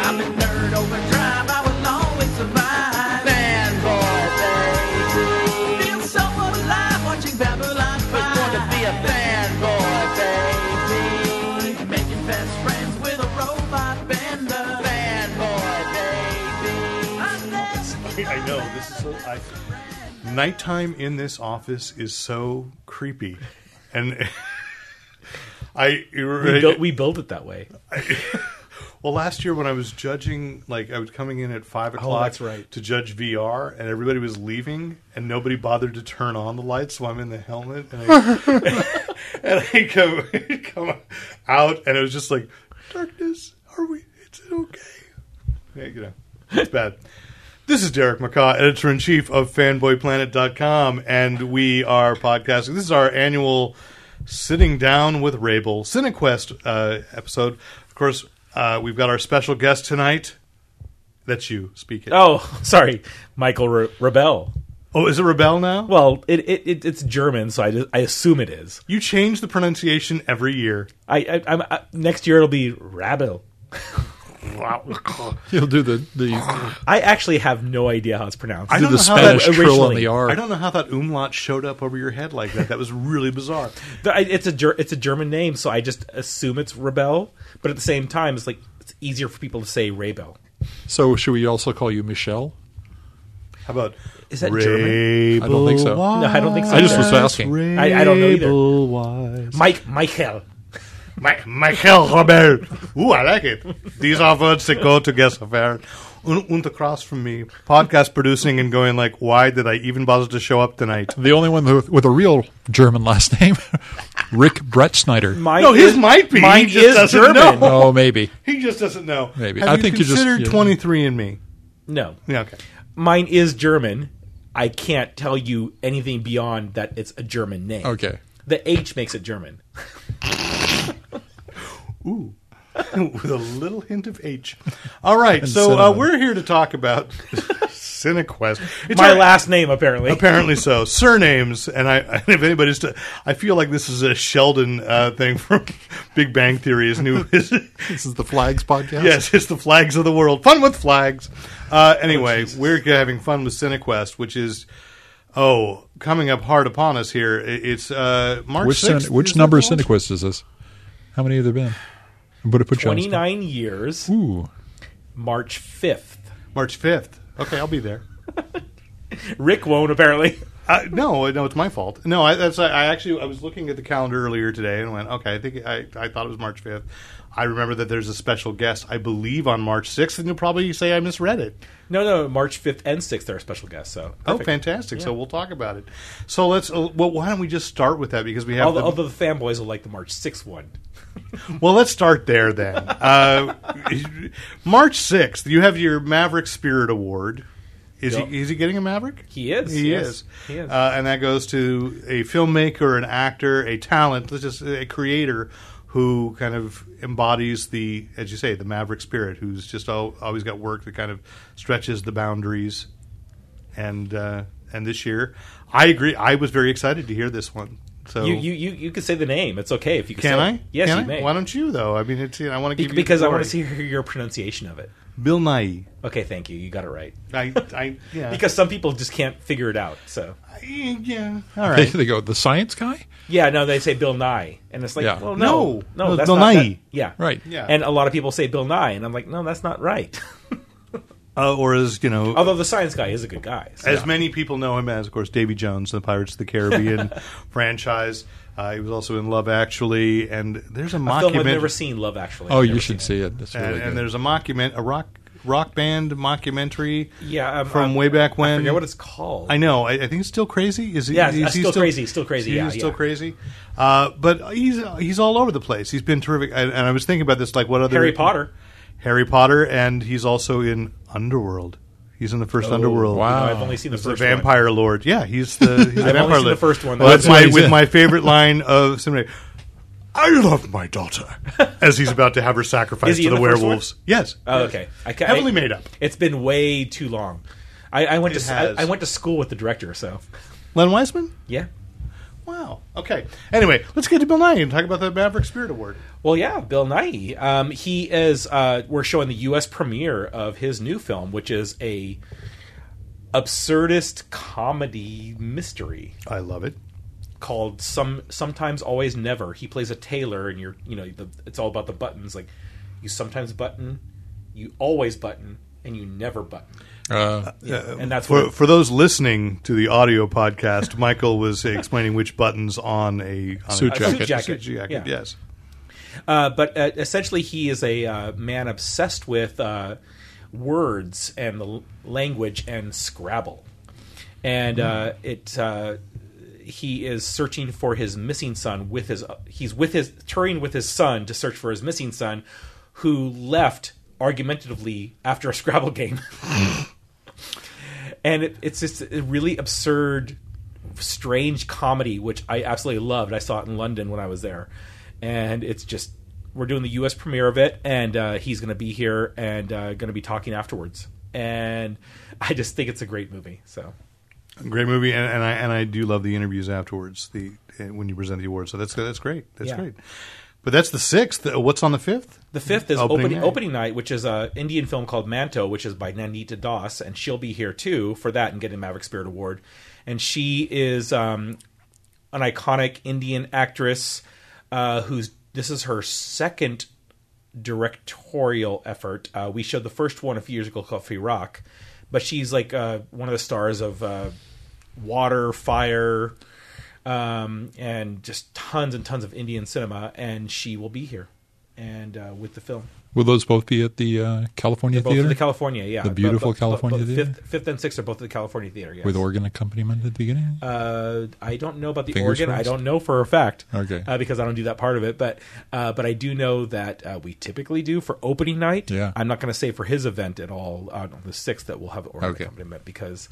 I'm a nerd overdrive, I will always survive. Fanboy, baby. Feel so alive watching Babylon 5. It's going to be a fanboy, baby. Making best friends with a robot bender. Fanboy, baby. I'm I, I know this is. So, I, nighttime in this office is so creepy, and I We, built, we built it that way. well last year when I was judging, like I was coming in at five o'clock. Oh, that's right. to judge VR, and everybody was leaving, and nobody bothered to turn on the lights, so I'm in the helmet, and I, and I come come out, and it was just like darkness. Are we? It's okay. Yeah, you know, it's bad. This is Derek McCaw, editor in chief of fanboyplanet.com, and we are podcasting. This is our annual Sitting Down with Rabel Cinequest uh, episode. Of course, uh, we've got our special guest tonight. That's you. Speak it. Oh, sorry, Michael Re- Rebel. Oh, is it Rebel now? Well, it, it, it it's German, so I, just- I assume it is. you change the pronunciation every year. I, I I'm I, next year it'll be Rabel. He'll do the the, I actually have no idea how it's pronounced. I do don't the know how that Spanish trill on originally- the I R. don't know how that umlaut showed up over your head like that. That was really bizarre. But I- It's a ger- it's a German name, so I just assume it's Rebel. But at the same time, it's like it's easier for people to say Rebel. So should we also call you Michelle? How about Is that German? I don't think so. No, I don't think so. I just was asking. I- I don't know either. Rabel-wise. Mike Michael. Mike, Michael Robert. Ooh, I like it. These are words that go together. Fair. Un, und across from me, podcast producing and going like, why did I even bother to show up tonight? The only one with, with a real German last name, Rick Brett Snyder. Mine No, his is- might be. Mine He just is doesn't German. know. Oh, maybe. He just doesn't know. Maybe. Have I you think you just- considered yeah. twenty three and me. No, Yeah, okay. mine is German. I can't tell you anything beyond that. It's a German name. Okay. The H makes it German. with a little hint of H. All right, so uh, cinnamon. we're here to talk about Cinequest. It's My our- last name, apparently. Apparently so. Surnames, and I, if anybody's, to, I feel like this is a Sheldon uh, thing from Big Bang Theory. Is new? Is, This is the Flags podcast. yes, it's the flags of the world. Fun with flags. Uh, anyway, we're having fun with Cinequest, which is oh coming up hard upon us here. I- It's uh, March Which cin- 6th, which is that number of the launch? Cinequist is this? How many have there been? I'm going to put you on the Twenty spot. nine years, Ooh. March fifth. March fifth. Okay, I'll be there. Rick won't apparently. Uh, no, no, it's my fault. No, I, that's I, I actually I was looking at the calendar earlier today and went, okay, I think I, I thought it was March fifth. I remember that there's a special guest, I believe, on March sixth, and you'll probably say I misread it. No, no, March fifth and sixth are special guests. So Oh, perfect. fantastic! So we'll talk about it. So let's. Uh, well, why don't we just start with that because we have. although, the- although the fanboys will like the March sixth one. well, let's start there then. Uh, March sixth, you have your Maverick Spirit Award. Is Yep. he is he getting a Maverick? He is, He yes. is. He is. Uh, and that goes to a filmmaker, an actor, a talent, let's just a creator who kind of embodies the, as you say, the Maverick spirit, who's just al- always got work that kind of stretches the boundaries. And uh, and this year, I agree. I was very excited to hear this one. So You, you, you, you could say the name. It's okay if you could can say I? It. Yes, Can you I? may. Why don't you though? I mean, it's, you know, I want to Be- give you the because I want glory. to see your, your pronunciation of it. Bill Nye. Okay, thank you. You got it right. I, I yeah. Because some people just can't figure it out. So I- yeah. All They, right. they go, the science guy? yeah, no, they say Bill Nye, and it's like, Yeah. well, no, No, no, no, that's Bill not Nye. that- yeah, Right. Yeah. And a lot of people say Bill Nye, and I'm like, no, that's not right. Uh, or as you know, Although the science guy is a good guy. so- As many people know him as, of course, Davy Jones, the Pirates of the Caribbean franchise. Uh, he was also in Love Actually, and there's a A film I've mockumentary. never seen, Love Actually. Oh, I've you never should seen see it. That's and, really and good. there's a mockument, a rock rock band mockumentary. it. Yeah, um, from um, way back when. I forget what it's called. I know. I, I think it's still crazy. Is he? Yeah, is uh, he Still Crazy, Still Crazy, He's yeah, still yeah. crazy. Uh, but he's he's all over the place. He's been terrific. And, and I was thinking about this, like what other Harry Potter. Harry Potter, and he's also in Underworld. He's in the first Underworld. wow. I've only seen the He's Oh, first the vampire lord. Yeah, he's the, he's the I've vampire only seen lord. the first one. Well, that's That's what my he's with in. my favorite line of Simulator. I love my daughter, as he's about to have her Is sacrificed to he in the, the first werewolves. Yes. Oh, okay. I, ca- Heavily I- made up. It's been way too long. I, I went It to s- I- has. I went to school with the director, so Len Weisman. yeah. Wow. Okay. Anyway, let's get to Bill Nye and talk about the Maverick Spirit Award. Well, yeah, Bill Nye. Um, he is. Uh, we're showing the U.S. premiere of his new film, which is a absurdist comedy mystery I love it. called "Some Sometimes Always Never." He plays a tailor, and you're you know the, it's all about the buttons. Like you sometimes button, you always button, and you never button. Uh, And that's For what for those listening to the audio podcast, Michael was explaining which buttons on a on Suit a, jacket. Suit jacket. Suit jacket, Yeah. Yes. Uh, but uh, essentially, he is a uh, man obsessed with uh, words and the l- language and Scrabble, and uh, it. Uh, he is searching for his missing son with his. He's with his touring with his son to search for his missing son, who left argumentatively after a Scrabble game. and it, it's just a really absurd, strange comedy, which I absolutely loved. I saw it in London when I was there, and it's just we're doing the U.S. premiere of it, and uh, he's going to be here and uh, going to be talking afterwards. And I just think it's a great movie. So Great movie, and, and I and I do love the interviews afterwards. The uh, when you present the award, so that's that's great. That's Yeah. great. But that's the sixth. Uh, What's on the fifth? the fifth is Opening opening night. opening, night, which is a Indian film called Manto, which is by Nandita Das, and she'll be here too for that and get a Maverick Spirit Award. And she is um, an iconic Indian actress uh, who's this is her second directorial effort. Uh, we showed the first one a few years ago called Rock, but she's like uh, one of the stars of uh, Water, Fire, um, and just tons and tons of Indian cinema. And she will be here and uh, with the film. will those both be at the uh, California Both Theater in the California, yeah. The But- but- beautiful but- California but theater? Fifth, fifth and sixth are both at the California theater. Yes. with organ accompaniment at the beginning? Uh, I don't know about the Fingers organ. I crossed? don't know for a fact. Okay. Uh, because I don't do that part of it, but uh, but I do know that uh, we typically do for opening night. Yeah. I'm not going to say for his event at all uh, on the sixth that we'll have organ Okay. accompaniment because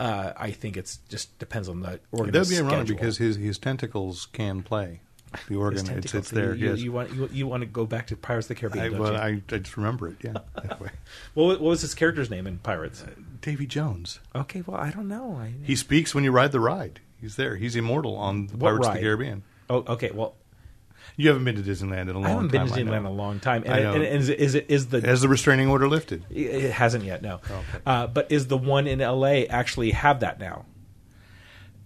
uh, I think it's just depends on the organ. That'd be ironic schedule. because his his tentacles can play the His organ. It's, tentacles- it's there. You, you, yes. you want you, you want to go back to Pirates of the Caribbean? I, don't well, you? I, I just remember it. Yeah. Anyway. what, wa- what was his character's name in Pirates? Davy Jones. Okay, well I don't know. I, He speaks when you ride the ride. He's there. He's immortal on the What Pirates of ride? the Caribbean. oh, okay. Well, You haven't been to Disneyland in a long time. I haven't been to know. Disneyland in a long time, and, I know. and, and is, it- is it is the Has the restraining order lifted? It hasn't yet, no. Okay. Uh, but is the one in LA actually have that now?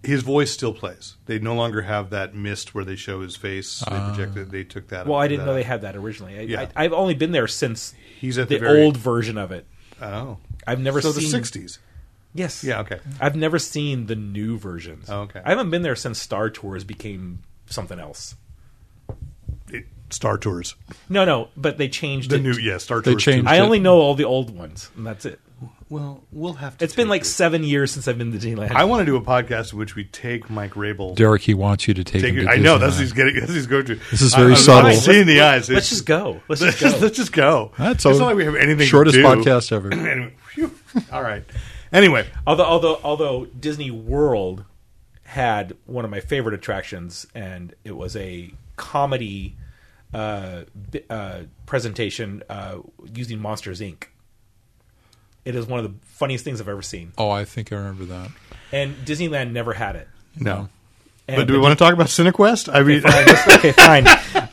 His voice still plays. They no longer have that mist where they show his face. They projected. They took that. Ah. Well, out I of didn't that. know they had that originally. I, Yeah. I, I've only been there since He's at the, the, very, old version of it. Oh, I've never so seen the '60s. Yes, Yeah. Okay. I've never seen the new versions. Oh, okay. I haven't been there since Star Tours became something else. It, Star Tours. No, no, but they changed The it. new. Yeah. Star They Tours. changed- I only know all the old ones, and that's it. Well, we'll have to. It's been take like you. seven years since I've been to Disneyland. I want to do a podcast in which we take Mike Rabel. Derek, he wants you to take, Take him it, to I know Disneyland. that's what he's getting. That's what he's going to. This is I- very I'm- subtle. I'm seeing the eyes. Let's It's- just go. Let's Let's just go. let's just go. That's it's all- not like we have anything. shortest to do. podcast Anyway, ever. phew. all right. Anyway, Although, although, although Disney World had one of my favorite attractions, and it was a comedy uh, bi- uh, presentation uh, using Monsters Inc. It is one of the funniest things I've ever seen, Oh, I think I remember that. and Disneyland never had it. no. And But do we want to talk about CineQuest? I mean, okay, fine.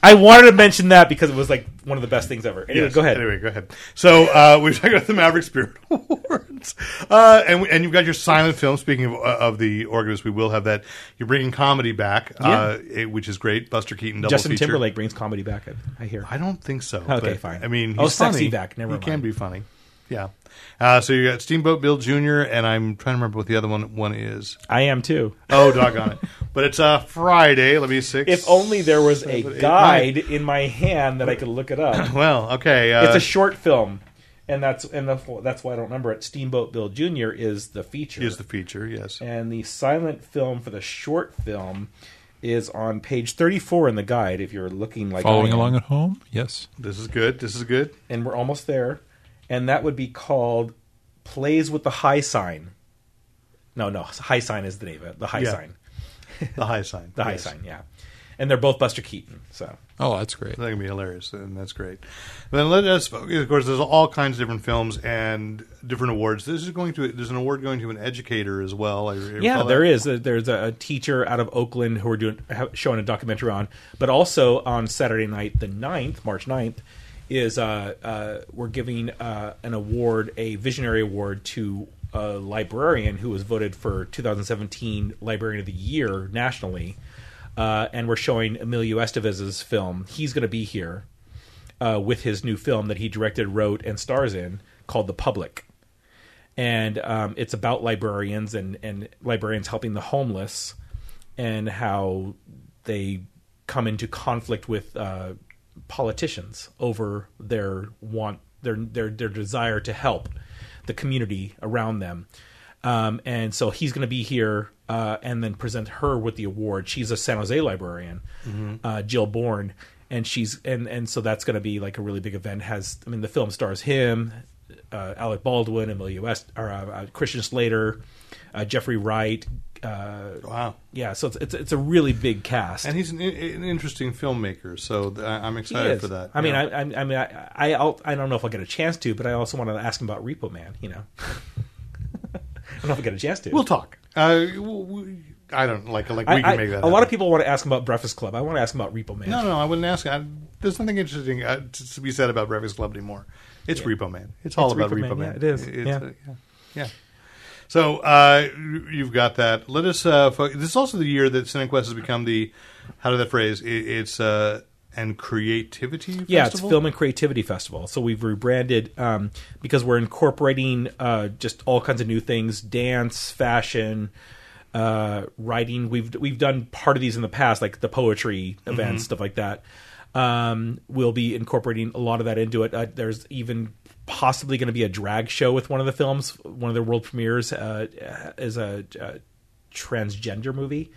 I wanted to mention that because it was like one of the best things ever. Anyway, Yes. go ahead. Anyway, go ahead. So uh, we've talked about the Maverick Spirit Awards, uh, and we- and you've got your silent film. Speaking of, uh, of the organist, we will have that. You're bringing comedy back, uh, it- which is great. Buster Keaton double Justin feature. Timberlake brings comedy back. I, I hear. I don't think so. Okay, but, fine. I mean, he's Oh, sexy funny. back. Never he can mind. be funny. Yeah. Uh, so you got Steamboat Bill Jr. and I'm trying to remember what the other one one is. I am too. Oh, doggone it! But it's uh, Friday. Let me six. If only there was a Seven, eight, guide in my hand that I could look it up. Well, okay. Uh, it's a short film, and that's and that's wh- that's why I don't remember it. Steamboat Bill Jr. is the feature, is the feature. Yes. and the silent film for the short film is on page 34 in the guide if you're looking like Following I am. along at home? Yes. This is good. This is good. and we're almost there and that would be called plays with the high sign no no high sign is the name of it the high Yeah. sign The high sign. the high Yes. sign yeah and they're both buster keaton so Oh, that's great. That can be hilarious, and that's great. Then let us, of course, there's all kinds of different films and different awards. This is going to, there's an award going to an educator as well. I, yeah there is Uh, there's a, a teacher out of oakland who are doing ha- showing a documentary on but also on saturday night the 9th march 9th is uh, uh, we're giving uh, an award a visionary award to a librarian who was voted for 2017 librarian of the year nationally uh, and we're showing emilio estevez's film he's going to be here uh, with his new film that he directed wrote and stars in called the public and um, it's about librarians and, and librarians helping the homeless and how they come into conflict with uh, politicians over their want their their their desire to help the community around them um, and so he's going to be here uh, and then present her with the award she's a san jose librarian Mm-hmm. uh, jill bourne and she's and and so that's going to be like a really big event has i mean the film stars him uh, Alec Baldwin, Emilio West, or uh, uh, Christian Slater, uh, Jeffrey Wright. Uh, Wow. yeah, so it's, it's it's a really big cast. And he's an, an interesting filmmaker, so th- I- I'm He excited is. for that. I mean, Yeah. I, I, I mean, I, I, I'll, I don't know if I'll get a chance to, but I also want to ask him about Repo Man. You know, I don't know if I get a chance to. we'll talk. Uh, we- we- I don't like like I, we can I- make that. a lot of happen. people want to ask him about Breakfast Club. I want to ask him about Repo Man. No, no, I wouldn't ask. I, there's nothing interesting uh, to to be said about Breakfast Club anymore. It's Repo Man. It's all It's about Repo Repo Man. Man. Yeah, it is. It's, Yeah. uh, yeah. Yeah. So uh, you- you've got that. Let us. Uh, fo- this is also the year that CineQuest has become the. How did that phrase? It, it's uh, and creativity. yeah, Festival? it's Film and Creativity Festival. So we've rebranded um, because we're incorporating uh, just all kinds of new things: dance, fashion, uh, writing. We've we've done part of these in the past, like the poetry events, stuff like that. Um, we'll be incorporating a lot of that into it. Uh, there's even possibly going to be a drag show with one of the films. One of the world premieres uh, is a, a transgender movie.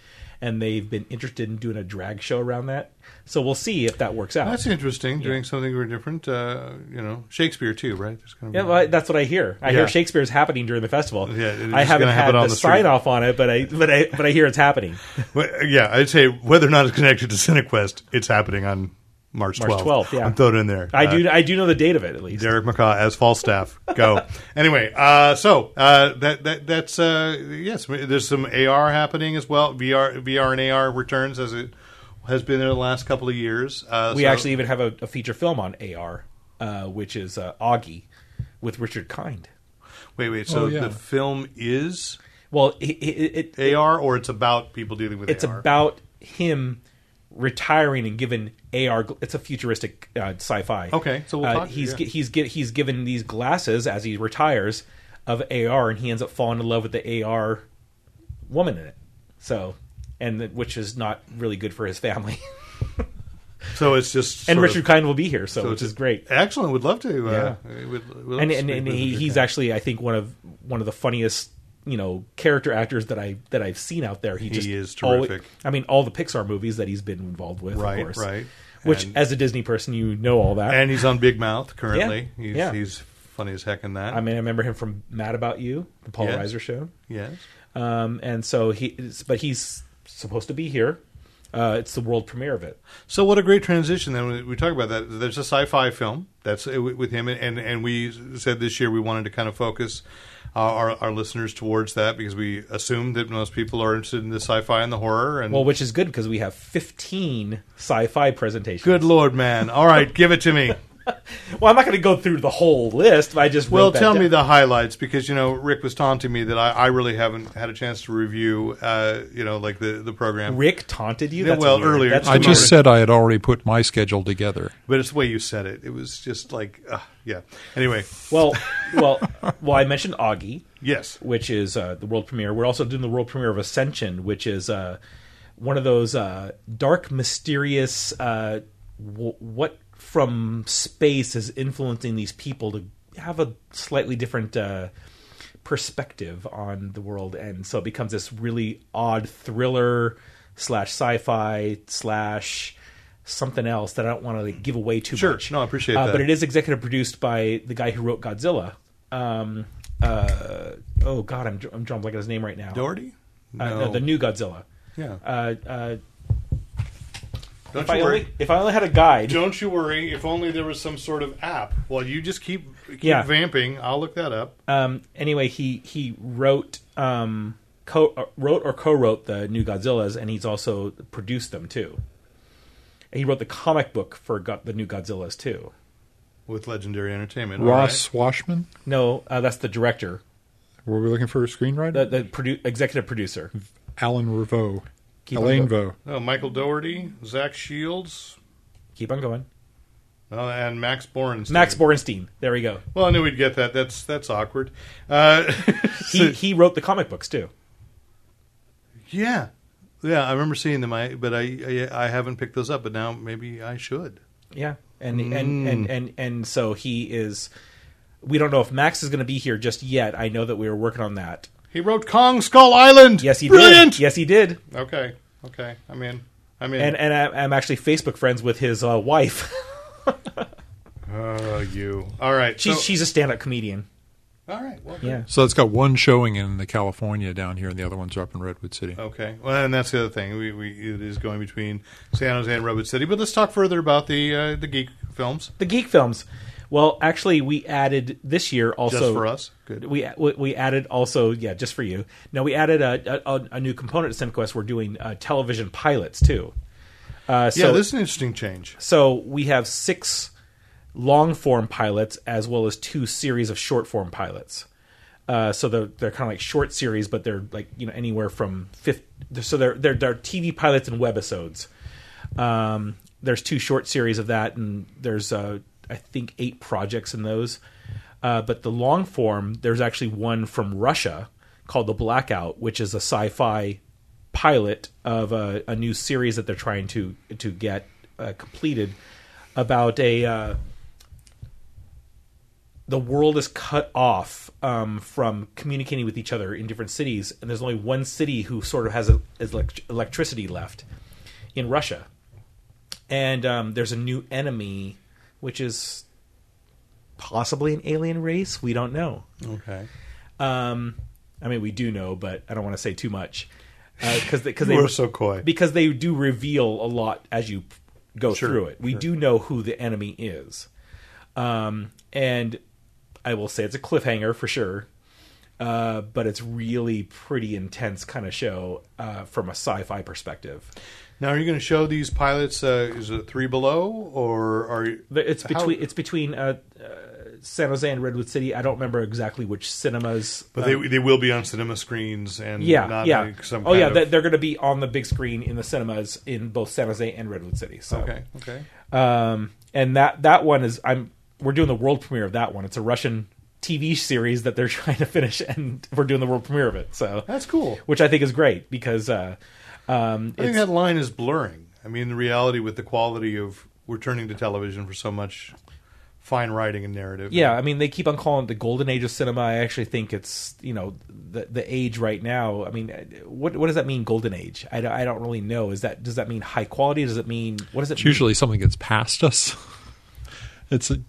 And they've been interested in doing a drag show around that, so we'll see if that works out. That's interesting. Doing something very different. Uh, you know, Shakespeare too, right? There's gonna be- Yeah, well, I- that's what I hear. I Yeah. hear Shakespeare's happening during the festival. Yeah, it's I haven't gonna happen had on the, the street. sign off on it, but I but I but I hear it's happening. Well, uh, yeah, I'd say whether or not it's connected to CineQuest, it's happening on March 12th. March 12th, yeah. I'm throwing it in there. I Uh, do I do know the date of it at least. Derek McCaw as Falstaff. Go. anyway, uh, so uh, that that that's uh, yes. There's some AR happening as well. VR VR and AR returns as it has been in the last couple of years. Uh, we so- actually even have a, a feature film on AR, uh, which is uh, Augie with Richard Kind. wait wait. So Oh, yeah. the film is Well, it, it, it AR, or it's about people dealing with it's AR. about him retiring and given AR. gl- It's a futuristic uh, sci-fi. Okay, so we'll Uh, talk- he's yeah. gi- he's gi- he's given these glasses as he retires of AR, and he ends up falling in love with the AR woman in it. So, and th- which is not really good for his family. so it's just and sort Richard of- Kind will be here, so, so which it's- is great. Excellent. Would love to. Uh, would- would love And to and, speak and with he, Richard he's Kind. actually I think one of one of the funniest you know character actors that I that I've seen out there. He, just is always- terrific. I mean, all the Pixar movies that he's been involved with, Right, of course. right. Which, And- as a Disney person, you know all that. and he's on Big Mouth currently. Yeah, He's, yeah. he's funny as heck in that. I mean, I remember him from Mad About You, the Paul Yes. Reiser show. yes. Um, and so he, is- but he's supposed to be here. Uh, it's the world premiere of it. So what a great transition. Then we- we talk about that. There's a sci-fi film that's uh, with with him, and and we said this year we wanted to kind of focus our, our, our listeners towards that because we assume that most people are interested in the sci-fi and the horror. And Well, which is good because we have 15 sci-fi presentations. good lord, man! All right, give it to me. Well, I'm not going to go through the whole list. But I just Well, wrote that tell me down. the highlights because you know Rick was taunting me that I, I really haven't had a chance to review. Uh, you know, like the the program. Rick taunted you. Yeah, That's well, weird. earlier. That's I weird. just said I had already put my schedule together. But it's the way you said it. It was just like, uh, yeah. Anyway, Well, well, well. I mentioned Augie, yes. which is uh, the world premiere. We're also doing the world premiere of Ascension, which is uh, one of those uh, dark, mysterious. Uh, w- what from space is influencing these people to have a slightly different uh, perspective on the world, and so it becomes this really odd thriller slash sci-fi slash something else that I don't want to like, give away too Sure. much. No, I appreciate uh, that. But it is executive produced by the guy who wrote Godzilla. Um, uh, oh God, I'm I'm drawing a blank on his name right now. Doherty? Uh, the- the new Oh. Godzilla. Yeah. Uh, uh, don't if you I worry. only if I only had a guide. don't you worry. If only there was some sort of app. Well, you just keep, keep Yeah. vamping. I'll look that up. um, anyway, he he wrote um, co- uh, wrote or co-wrote the new Godzillas, and he's also produced them too. And he wrote the comic book for Go- the new Godzillas too. with Legendary Entertainment. all Ross Washman. No, uh, that's the director, Were we looking for a screenwriter? the, the produ- executive producer. Alan Revo. Keep on Elaine go- Vo. right. Oh, Michael Doherty, Zach Shields, Keep on going. oh, and Max Borenstein. Max Borenstein. There we go. Well, I knew we'd get that. That's that's awkward. Uh, He he wrote the comic books too. yeah, yeah. I remember seeing them. I but I, I I haven't picked those up. But now maybe I should. Yeah, and Mm. and, and and and so he is. We don't know if Max is going to be here just yet. I know that we were working on that. He wrote Kong Skull Island. Yes, he brilliant. did. Yes, he did. Okay, okay. I'm in. I'm in. and and I, I'm actually Facebook friends with his uh, wife. oh, you. All right. she's so- she's a stand-up comedian. all right. Well, Yeah. So it's got one showing in the California down here, and the other ones are up in Redwood City. Oh. Okay. Well, and that's the other thing. We, we it is going between San Jose and Redwood City. But let's talk further about the uh, the geek films. The geek films. Well, actually, we added this year also Just for us. Good. We we- we added also yeah, just for you. No, we added a a, a new component to SimQuest. We're doing uh, television pilots too. Uh, so yeah, this is an interesting change. so we have six long form pilots as well as two series of short form pilots. Uh, so they're they're kind of like short series, but they're like you know anywhere from fifth. So they're they're, they're TV pilots and webisodes. Um, there's two short series of that, and there's uh, I think eight projects in those. Uh, but the long form, there's actually one from Russia called The Blackout, which is a sci-fi pilot of a, a new series that they're trying to to get uh, completed about a. Uh, the world is cut off um, from communicating with each other in different cities, and there's only one city who sort of has a, has elect- electricity left in Russia. And um, there's a new enemy, which is possibly an alien race. We don't know. Okay. Um, I mean, we do know, but I don't want to say too much because because You they are so coy. because they do reveal a lot as you go Sure, through it. We do know who the enemy is, um, and I will say it's a cliffhanger for sure. Uh, but it's really pretty intense kind of show uh, from a sci-fi perspective. Now, are you going to show these pilots? Uh, is it Three Below or are you? The- It's How- between it's between uh, uh, San Jose and Redwood City. I don't remember exactly which cinemas. But they they will be on cinema screens and yeah, not yeah. like some oh kind yeah, of- they- they're going to be on the big screen in the cinemas in both San Jose and Redwood City. So. okay. Okay. Um, and that that one is I'm we're doing the world premiere of that one. It's a Russian TV series that they're trying to finish, and we're doing the world premiere of it. So That's cool. which I think is great because uh, um, I think it's, that line is blurring. I mean, the reality with the quality of we're turning to television for so much fine writing and narrative. yeah, I mean they keep on calling it the golden age of cinema. I actually think it's you know the the age right now. I mean, what what does that mean? Golden age? I, don't- I don't really know. Is that does that mean high quality? Does it mean what does it It's mean? usually something that's past us. It's a,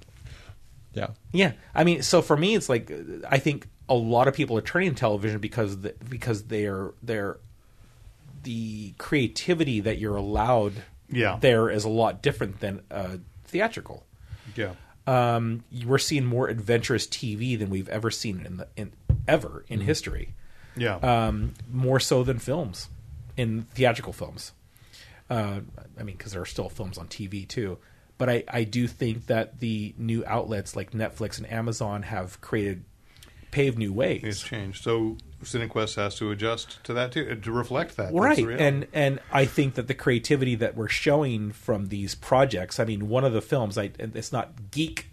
yeah. Yeah, I mean, so for me, it's like uh, I think a lot of people are turning to television because the, because they're they're the creativity that you're allowed Yeah. there is a lot different than uh, theatrical. Yeah. Um, you- we're seeing more adventurous TV than we've ever seen in the in ever Mm-hmm. in history, Yeah. um, more so than films in theatrical films. Uh, I mean, because there are still films on TV too. But I, I do think that the new outlets like Netflix and Amazon have created paved new ways. it's changed. So CineQuest has to adjust to that too, uh, to reflect that. That's the right reality. and and i think that the creativity that we're showing from these projects i mean one of the films i and it's not geek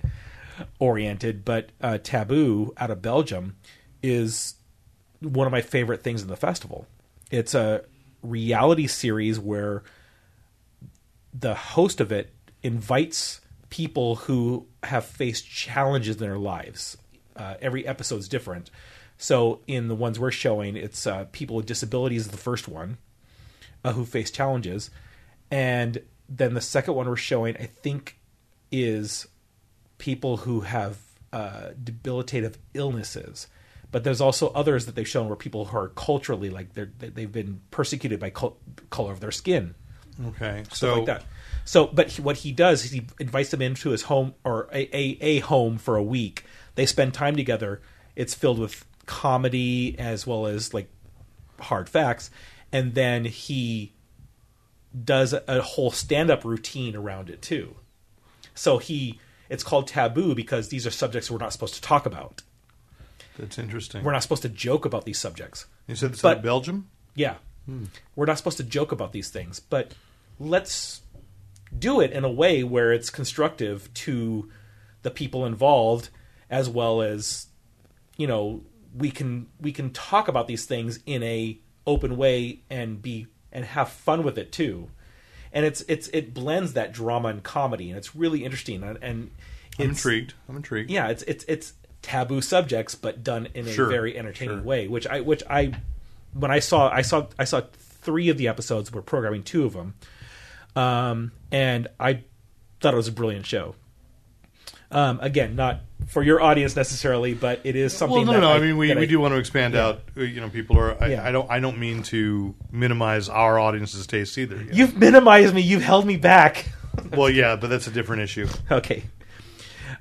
oriented but uh, taboo out of belgium is one of my favorite things in the festival it's a reality series where the host of it invites people who have faced challenges in their lives. Uh, every episode's different. So in the ones we're showing, it's uh, people with disabilities is the first one. uh, who face challenges, and then the second one we're showing, I think, is people who have uh, debilitative illnesses. But there's also others that they've shown where people who are culturally like they're, they've been persecuted by col- color of their skin Okay, so, so like that. So, but he, what he does is he invites them into his home or a, a, a home for a week. They spend time together. It's filled with comedy as well as like hard facts, and then he does a, a whole stand up routine around it too. So he it's called taboo because these are subjects we're not supposed to talk about. that's interesting. We're not supposed to joke about these subjects. you said this but- out of Belgium. Yeah. We're not supposed to joke about these things, but let's do it in a way where it's constructive to the people involved as well as you know, we can we can talk about these things in a open way and be and have fun with it too. And it's it's it blends that drama and comedy and it's really interesting and, and I'm it's- intrigued. I'm intrigued. yeah, it's it's it's taboo subjects, but done in a Sure, very entertaining sure. way. Which I which I when I saw I saw I saw three of the episodes. We're programming two of them, um, and I thought it was a brilliant show. Um, again, not for your audience necessarily, but it is something. Well, no, that no. I, I, mean, we, that we I- do want to expand out. uh, You know, people are. I, Yeah. I don't. I don't mean to minimize our audience's tastes either. you know. You've minimized me. You've held me back. well, yeah, but that's a different issue. okay.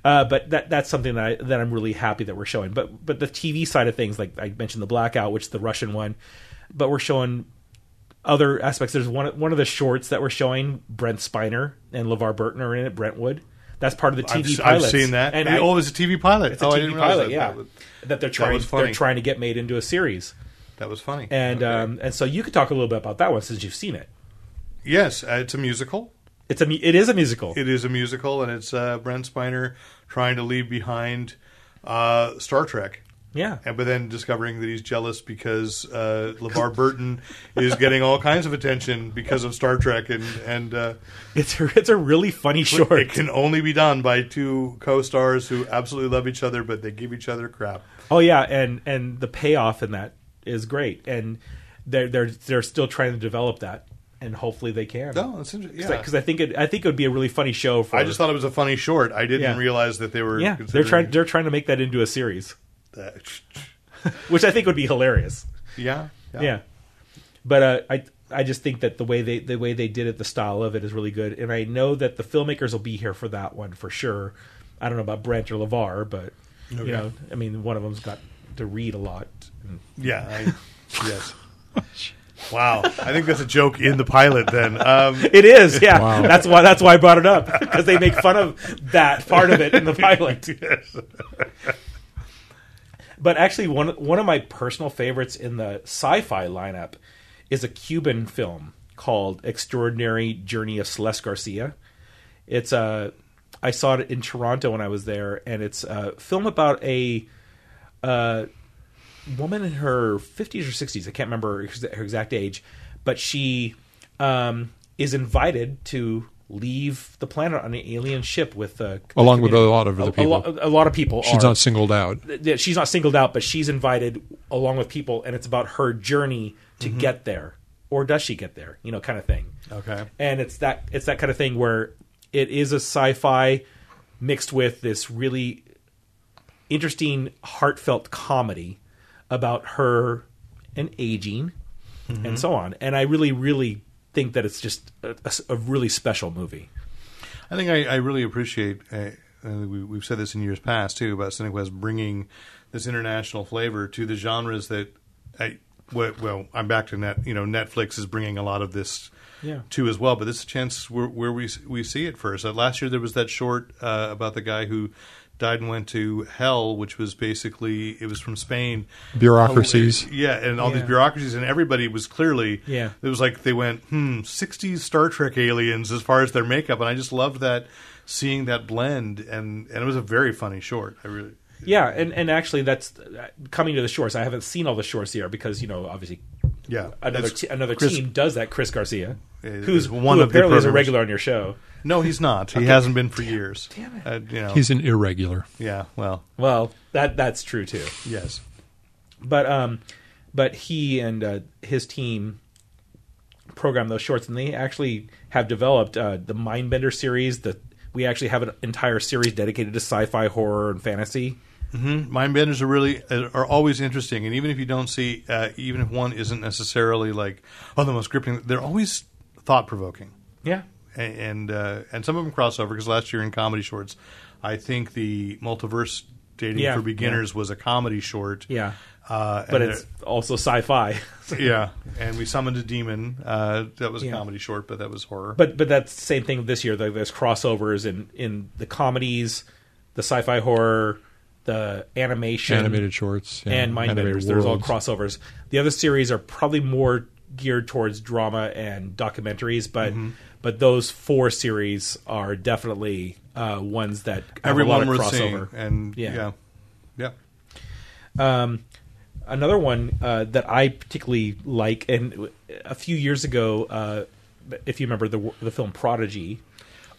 Uh, but that that's something that I, that I'm really happy that we're showing. But but the TV side of things, like I mentioned, the blackout, which is the Russian one, but we're showing other aspects. There's one one of the shorts that we're showing. Brent Spiner and LeVar Burton are in it. Brentwood. That's part of the TV I've, I've pilots. seen that. And Hey, I- oh, it's a TV pilot. it's a oh, I TV didn't realize pilot. that. yeah, That was, that they're trying was they're funny. trying to get made into a series. that was funny. And Okay. um, and so you could talk a little bit about that one since you've seen it. yes, uh, it's a musical. It's a mu- it is a musical. It is a musical, and it's uh, Brent Spiner trying to leave behind uh, Star Trek. yeah. And, but then discovering that he's jealous because uh, LeVar Burton is getting all kinds of attention because of Star Trek, and, and uh, It's a, it's a really funny short. it can only be done by two co-stars who absolutely love each other, but they give each other crap. Oh yeah, and and the payoff in that is great, and they're they're they're still trying to develop that, and hopefully they can. No, it's interesting. Oh, Yeah. because I think it I think it would be a really funny show for. I just thought it was a funny short. I didn't Yeah. realize that they were. yeah, they're trying they're trying to make that into a series, trying. which I think would be hilarious. yeah, Yeah, but uh, I I just think that the way they the way they did it, the style of it is really good, and I know that the filmmakers will be here for that one for sure. I don't know about Brent or Levar, but you know, I mean, one of them's got to read a lot. Yeah. I, yes. Wow. I think that's a joke in the pilot then. Um, It is, yeah. That's why that's why I brought it up because they make fun of that part of it in the pilot. but actually, one one of my personal favorites in the sci-fi lineup is a Cuban film called "Extraordinary Journey of Celeste Garcia." It's a I saw it in Toronto when I was there, and it's a film about a woman in her 50s or 60s i can't remember ex- her exact age but she um, is invited to leave the planet on an alien ship with uh, Along with a lot of other a, lo- people. a lot of people She's are. not singled out. Yeah, she's not singled out but she's invited along with people and it's about her journey to get there or does she get there you know kind of thing Okay. and it's that it's that kind of thing where it is a sci-fi mixed with this really interesting heartfelt comedy about her and aging and so on and i really really think that it's just a, a s- a really special movie I think I, I really appreciate. Uh, uh, we, we've said this in years past too about Cinequest bringing this international flavor to the genres that. I, well, well, I'm back to net. You know, Netflix is bringing a lot of this Yeah. too as well. But this is a chance where, where we we see it first. Uh, last year there was that short uh, about the guy who died and went to hell, which was basically it was from Spain. Bureaucracies. yeah, and all Yeah. these bureaucracies, and everybody was clearly Yeah. it was like they went, hmm, 60s Star Trek aliens as far as their makeup, and I just loved that seeing that blend, and and it was a very funny short. I really, yeah and, and actually that's uh, coming to the shorts i haven't seen all the shorts here because you know obviously yeah, another It's te- another Chris- team does that. Chris Garcia, Is- who's is one who of the apparently is a programmers. regular on your show. No, he's not. He hasn't been for years. damn it. Uh, you know, He's an irregular. yeah. Well, Well, that that's true too. yes. But um, but he and uh, his team program those shorts, and they actually have developed uh, the Mindbender series. That we actually have an entire series dedicated to sci-fi, horror, and fantasy. Mind benders are really uh, are always interesting, and even if you don't see, uh, even if one isn't necessarily like oh the most gripping, they're always thought provoking, Yeah, and uh, and some of them cross over because last year in comedy shorts, I think the multiverse dating Yeah. for beginners was a comedy short, yeah, uh, but and it's also sci-fi. there- yeah, and we summoned a demon uh, that was a Yeah. comedy short, but that was horror, but but that's the same thing this year. There- There's crossovers in in the comedies, the sci-fi horror, the animation, Animated shorts yeah, and Mindbenders. animated There's all worlds. crossovers. The other series are probably more geared towards drama and documentaries, but but those four series are definitely uh, ones that have a lot everyone of worth seeing, crossover. and Yeah. yeah, yeah. Another one uh, that I particularly like, and a few years ago, uh, if you remember the the film Prodigy,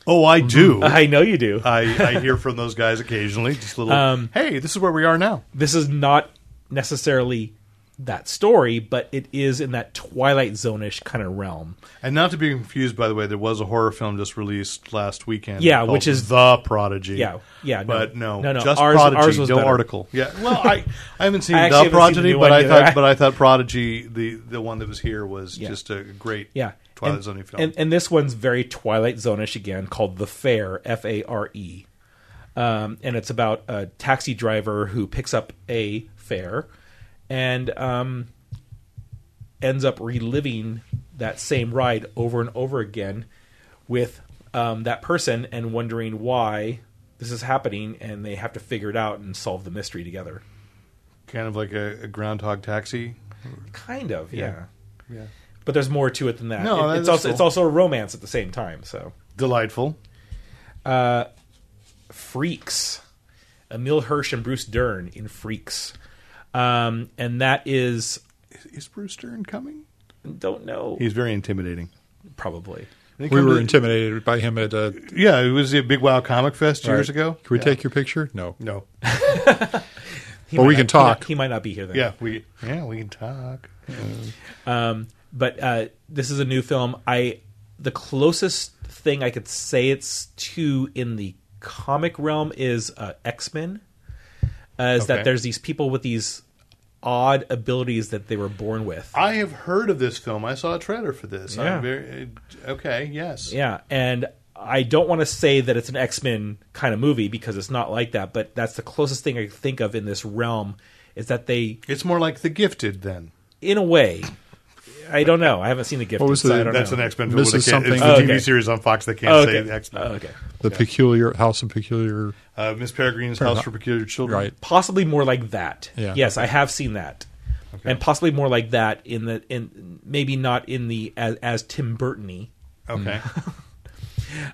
Oh, I do. I know you do. Uh, I, I hear from those guys occasionally. Just little, Um, hey, this is where we are now. this is not necessarily that story, but it is in that Twilight Zone-ish kind of realm. And not to be confused, by the way, there was a horror film just released last weekend. Yeah, called which is- The Prodigy. Yeah, yeah, no. but no, No, no, just ours- Prodigy. ours was no better. article. Yeah, well, I, I haven't seen I The actually haven't seen the Prodigy, new but one I either. thought, but I thought Prodigy, the the one that was here, was Yeah. just a great Yeah, Twilight and, Zone film. And, and this one's very Twilight Zone-ish again, called The Fair, F A R E, um, and it's about a taxi driver who picks up a fare, and um, ends up reliving that same ride over and over again with um, that person and wondering why this is happening and they have to figure it out and solve the mystery together kind of like a, a Groundhog Taxi. kind of yeah, Yeah, but there's more to it than that No, that It- it's is also cool. it's also a romance at the same time so delightful. freaks emil hirsch and bruce dern in freaks um, and that is Is Bruce Stern coming? don't know He's very intimidating. probably They we come were to- intimidated by him at uh, Yeah, it was at Big Wow Comic Fest years Right. ago. Can we Yeah. take your picture? No. No. He Well, might we can not- he might- talk. he might not be here then Yeah, we yeah we can talk. but uh, this is a new film. I the closest thing I could say it's to in the comic realm is uh, X Men. Uh, is Okay. that there's these people with these odd abilities that they were born with. I have heard of this film. I saw a trailer for this. Yeah. I'm very, uh, okay. Yes. Yeah, and I don't want to say that it's an X Men kind of movie because it's not like that. But that's the closest thing I could think of in this realm is that they, It's more like The Gifted then. in a way, I don't know. I haven't seen the gift. was the- I don't That's know. an X Men Mrs. film. with a kid. something. It's the Oh, okay. TV series on Fox. They can't Oh, okay. say X Men. Oh, okay. The peculiar House of Peculiar. Uh, Miss Peregrine's House for Peculiar Children. Right. possibly more like that. Yeah. Yes, I have seen that, and possibly more like that in the in maybe not in the as, as Tim Burtony, Okay. Mm-hmm.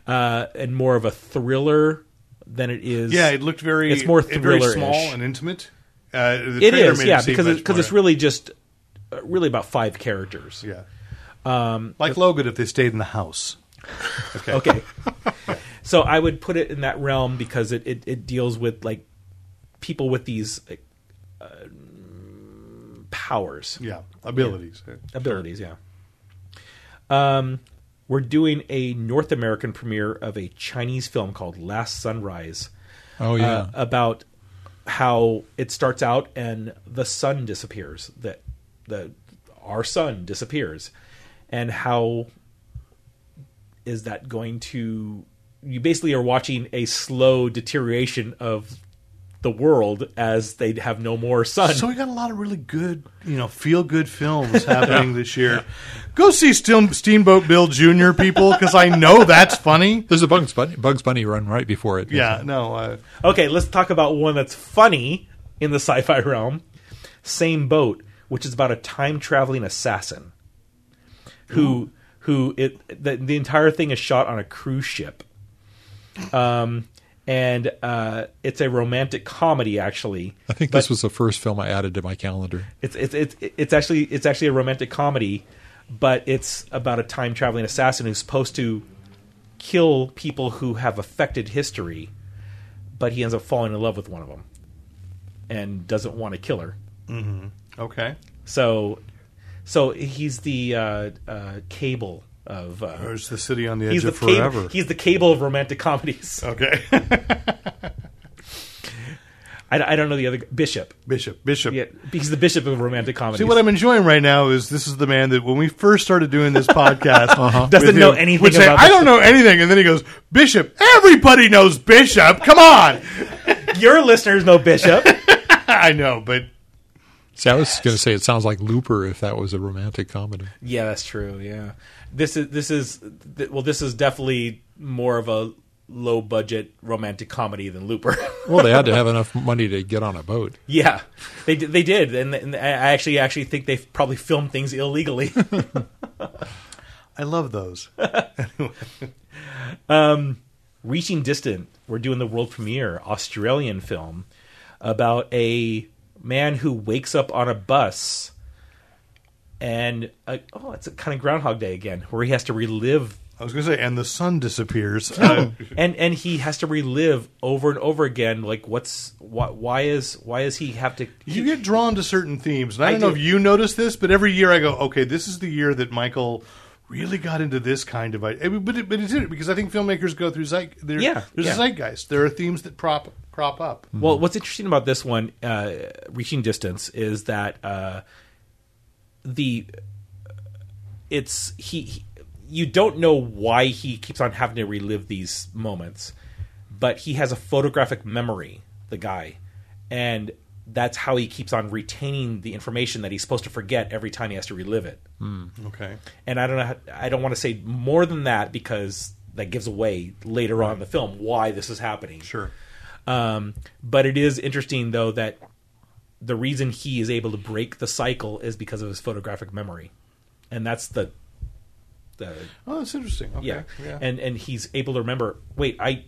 uh, and more of a thriller than it is. yeah, it looked very. It's more it very thriller-ish. small and intimate. Uh, the it trailer is. made Yeah, seem because much it, because it's more- really just uh, really about five characters. yeah. like Logan, if they stayed in the house. Okay. Um, Okay. so I would put it in that realm because it it, it deals with like people with these. Like, uh, powers Yeah. Abilities. abilities. Yeah. Um, we're doing a North American premiere of a Chinese film called Last Sunrise. Oh, yeah. uh, about how it starts out and the sun disappears. That the our sun disappears, and how is that going to? You basically are watching a slow deterioration of the world as they have no more sun. So we got a lot of really good, you know, feel good films happening this year. Go see Ste- Steamboat Bill Jr. people because I know that's funny. There's a Bugs Bunny, Bugs Bunny run right before it. Yeah, no, uh, Okay, let's talk about one that's funny in the sci-fi realm. Same boat, which is about a time traveling assassin who who it the, the entire thing is shot on a cruise ship. Um and uh, it's a romantic comedy actually. I think this was the first film I added to my calendar. It's it's it's it's actually it's actually a romantic comedy, but it's about a time traveling assassin who's supposed to kill people who have affected history, but he ends up falling in love with one of them and doesn't want to kill her. okay. So So he's the uh, uh, cable of. Uh, There's the city on the edge he's the of cable. forever. Oh. He's the cable of romantic comedies. okay, I, I don't know the other bishop. Bishop. Bishop. Yeah, he's the bishop of romantic comedies. See what I'm enjoying right now is this is the man that when we first started doing this podcast with Doesn't know anything would say, about I this." don't know anything, and then he goes Bishop. Everybody knows Bishop. Come on, Your listeners know Bishop. I know, but See, I was going to say it sounds like Looper if that was a romantic comedy. Yeah, that's true. Yeah, this is this is th- well, this is definitely more of a low budget romantic comedy than Looper. Well, they had to have enough money to get on a boat. yeah, they di- they did, and, and I actually actually think they probably filmed things illegally. I love those. Reaching Distant, we're doing the world premiere Australian film about a man who wakes up on a bus and uh, oh, it's a kind of Groundhog Day again, where he has to relive I was going to say, and the sun disappears. Uh, and and he has to relive over and over again like what's why, why is why is he have to you get drawn to certain themes, and I, don't know do. if you notice this, but every year I go, okay, this is the year that Michael really got into this kind of idea. But it, but it's it because I think filmmakers go through zeit. there- Yeah, there's yeah. a zeitgeist. There are themes that prop crop up. well what's interesting about this one uh reaching distance is that uh the it's he, he you don't know why he keeps on having to relive these moments but he has a photographic memory the guy and that's how he keeps on retaining the information that he's supposed to forget every time he has to relive it Mm-hmm. Okay, and I don't know. How, I don't want to say more than that because that gives away later on in the film why this is happening. sure. Um, but it is interesting though that the reason he is able to break the cycle is because of his photographic memory, and that's the the Oh, that's interesting. Okay. yeah, yeah. and and he's able to remember. Wait, I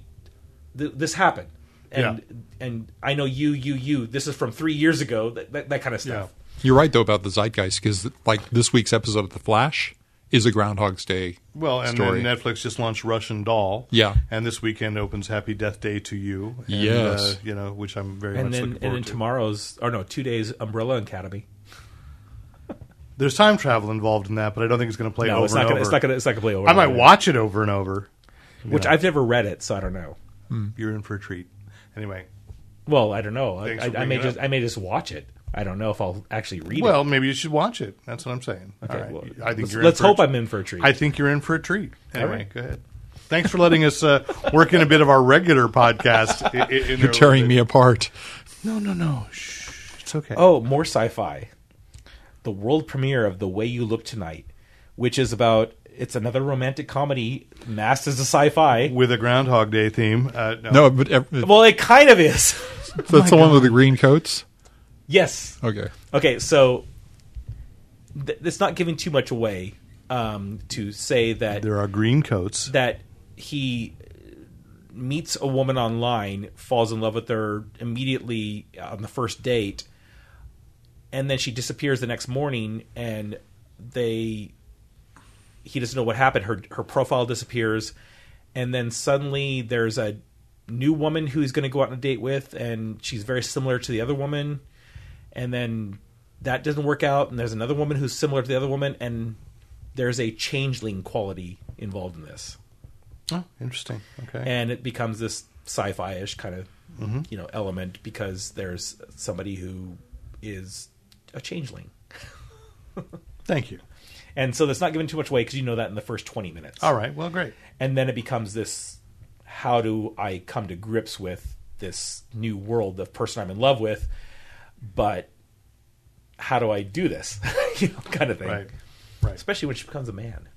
th- this happened, and and I know you, you, you. This is from three years ago. That that, that kind of stuff. Yeah. You're right though about the zeitgeist because like this week's episode of The Flash is a Groundhog's Day. Well, and story. then Netflix just launched Russian Doll. Yeah. And this weekend opens Happy Death Day to you. And, Yes. Uh, you know, which I'm very And much then looking and forward then to. tomorrow's or no two days Umbrella Academy. There's time travel involved in that, but I don't think it's going to play No, over it's not and gonna, over. it's not gonna it's not gonna play over. I and might over. watch it over and over. which I've never read it, so I don't know. You're in for a treat. Anyway, Well, I don't know. I, Thanks I, for I may bringing it just up. I may just watch it. I don't know if I'll actually read well, it. maybe you should watch it. That's what I'm saying. All right. well, I think let's, you're. let's in for a hope treat. I'm in for a treat. I think you're in for a treat. Anyway, right. go ahead. Thanks for letting us uh, work in a bit of our regular podcast. i- i- in there a You're tearing little me bit. apart. No, no, no. Shh. It's okay. oh, more sci-fi. The world premiere of The Way You Look Tonight, which is about it's another romantic comedy masked as a sci-fi. With a Groundhog Day theme. Uh, no. No, but ev- that's Well, it kind of is. the one with the green coats. yes. Okay, Okay, so th- it's not giving too much away um, to say that There are green coats. that he meets a woman online, falls in love with her immediately on the first date, and then she disappears the next morning, and they he doesn't know what happened. Her her profile disappears, and then suddenly there's a new woman who he's going to go out on a date with, and she's very similar to the other woman, and then that doesn't work out, and there's another woman who's similar to the other woman, and there's a changeling quality involved in this, Oh, interesting. Okay. and it becomes this sci-fi-ish kind of Mm-hmm. you know element because there's somebody who is a changeling. Thank you. And so that's not given too much away because you know that in the first 20 minutes. All right. Well, great. and then it becomes this how do i come to grips with this new world the person i'm in love with but how do i do this you know, kind of thing Right. Right. especially when she becomes a man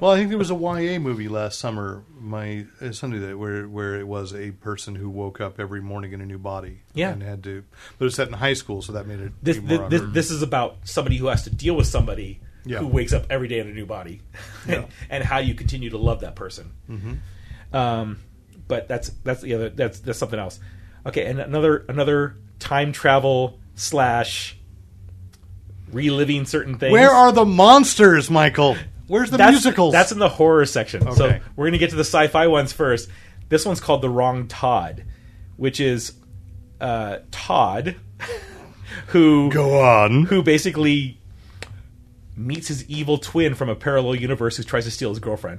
Well, I think there was a YA movie last summer, my uh, Sunday that where where it was a person who woke up every morning in a new body. Yeah. And had to, but it's set in high school, so that made it this, even more this, this, awkward. this is about somebody who has to deal with somebody Yeah. who wakes up every day in a new body and, and how you continue to love that person Mm-hmm. um, but that's that's the other that's that's something else okay and another another time travel slash reliving certain things Where are the monsters, Michael? Where's the that's, musicals? That's in the horror section. So Okay. we're going to get to the sci-fi ones first. This one's called The Wrong Todd, which is uh, Todd, who go on. who basically meets his evil twin from a parallel universe who tries to steal his girlfriend.